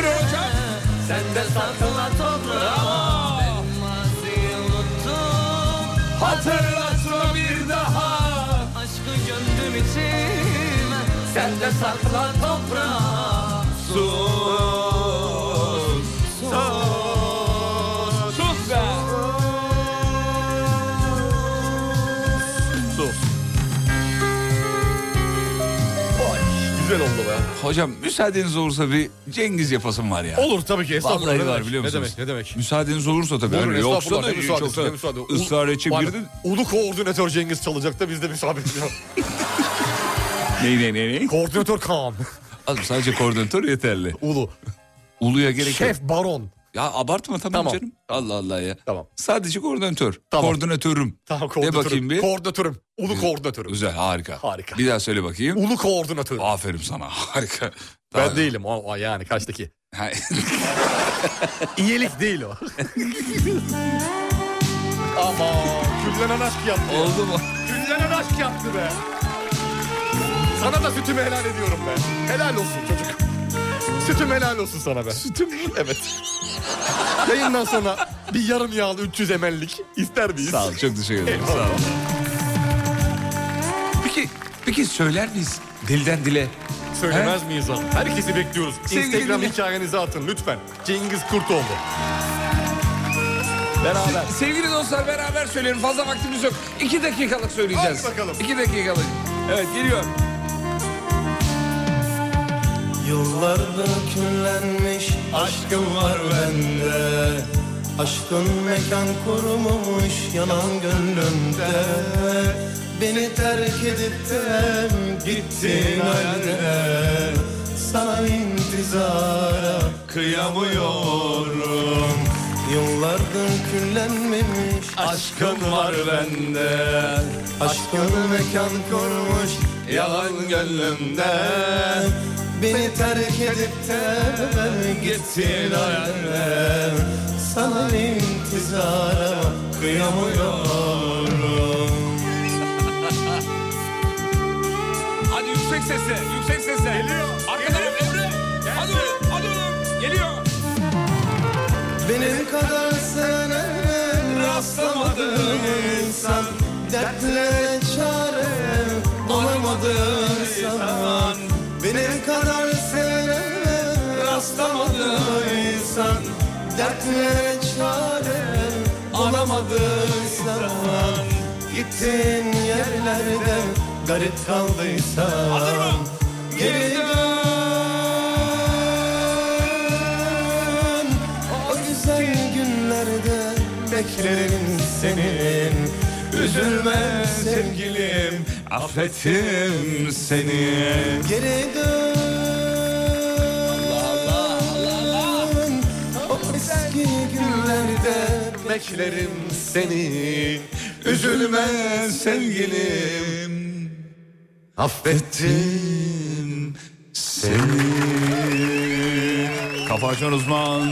S6: Sen de sakla toprağa Ben maziyi unuttum Hatırlatma bir daha Aşkı gömdüm içime Sen de sakla toprağa Sus Sus Sus be
S4: Sus. Ay, güzel oldu be.
S3: Hocam müsaadeniz olursa bir Cengiz yapasım var ya.
S4: Olur tabii ki, estağfurullah,
S3: Vallahi
S4: ne
S3: var
S4: demek,
S3: biliyor
S4: ne
S3: musunuz?
S4: demek, ne demek.
S3: Müsaadeniz olursa tabii.
S4: Olur,
S3: hani
S4: estağfurullah,
S3: yoksa da
S4: ne müsaadesi,
S3: yoksa
S4: ne müsaade. Ulu-
S3: ısrar edecek
S4: Bak,
S3: biri de...
S4: Ulu koordinatör Cengiz çalacak da biz de müsaade ediyoruz.
S3: <laughs> Ne ne ne ne?
S4: Koordinatör Kaan.
S3: Oğlum sadece koordinatör yeterli.
S4: <laughs> Ulu.
S3: Ulu'ya gerek yok.
S4: Şef Baron.
S3: Ya abartma tamam,
S4: Tamam.
S3: canım. Allah Allah ya.
S4: Tamam.
S3: Sadece koordinatör.
S4: Tamam.
S3: Koordinatörüm.
S4: Tamam
S3: De
S4: koordinatörüm.
S3: bakayım bir.
S4: Koordinatörüm. Ulu
S3: Güzel.
S4: koordinatörüm.
S3: Güzel harika.
S4: Harika.
S3: Bir daha söyle bakayım.
S4: Ulu koordinatörüm.
S3: Aferin sana <laughs> harika.
S4: Ben
S3: Tamam.
S4: değilim o, o yani kaçtaki.
S3: Ha, <laughs>
S4: İyilik değil o. Ama küllenen aşk yaptı. ya.
S3: Oldu mu?
S4: Küllenen aşk yaptı be. Sana da sütümü helal ediyorum be. Helal olsun çocuk. Sütüm helal olsun sana be. Sütüm <laughs> Evet. Yayından sonra bir yarım yağlı 300 emellik ister miyiz?
S3: Sağ ol çok teşekkür ederim. Sağ ol. Peki, peki söyler miyiz dilden dile?
S4: Söylemez
S3: He?
S4: miyiz abi? Herkesi bekliyoruz.
S3: Sevgili
S4: Instagram
S3: dinle-
S4: hikayenizi atın lütfen. Cengiz Kurtoğlu.
S3: Beraber. Sevgili dostlar beraber söylüyorum. Fazla vaktimiz yok. İki dakikalık söyleyeceğiz.
S4: Hadi bakalım.
S3: İki dakikalık. Evet geliyor.
S5: Yıllarda küllenmiş aşkım var bende Aşkın mekan kurmamış yanan gönlümde Beni terk edip de gittin halde Sana intizara kıyamıyorum Yıllardır küllenmemiş aşkın var bende Aşkın mekan kurmuş yalan gönlümde Beni terk edip de gittin alem Sana intizara kıyamıyorum
S3: Hadi yüksek sesle, yüksek sesle. Geliyor. Arkadan Emre. Hadi oğlum, hadi oğlum. Geliyor.
S5: Benim kadar sana rastlamadığım insan Dertlere çare olamadığım insan Benim kadar sana rastlamadığım insan Dertlere çare olamadığım insan Gittin yerlerde garip kaldıysam Geri dön o güzel günlerde beklerim senin Üzülme sevgilim affettim seni Geri dön O eski günlerde beklerim seni Üzülme sevgilim affettim seni
S3: Kafa açan uzman.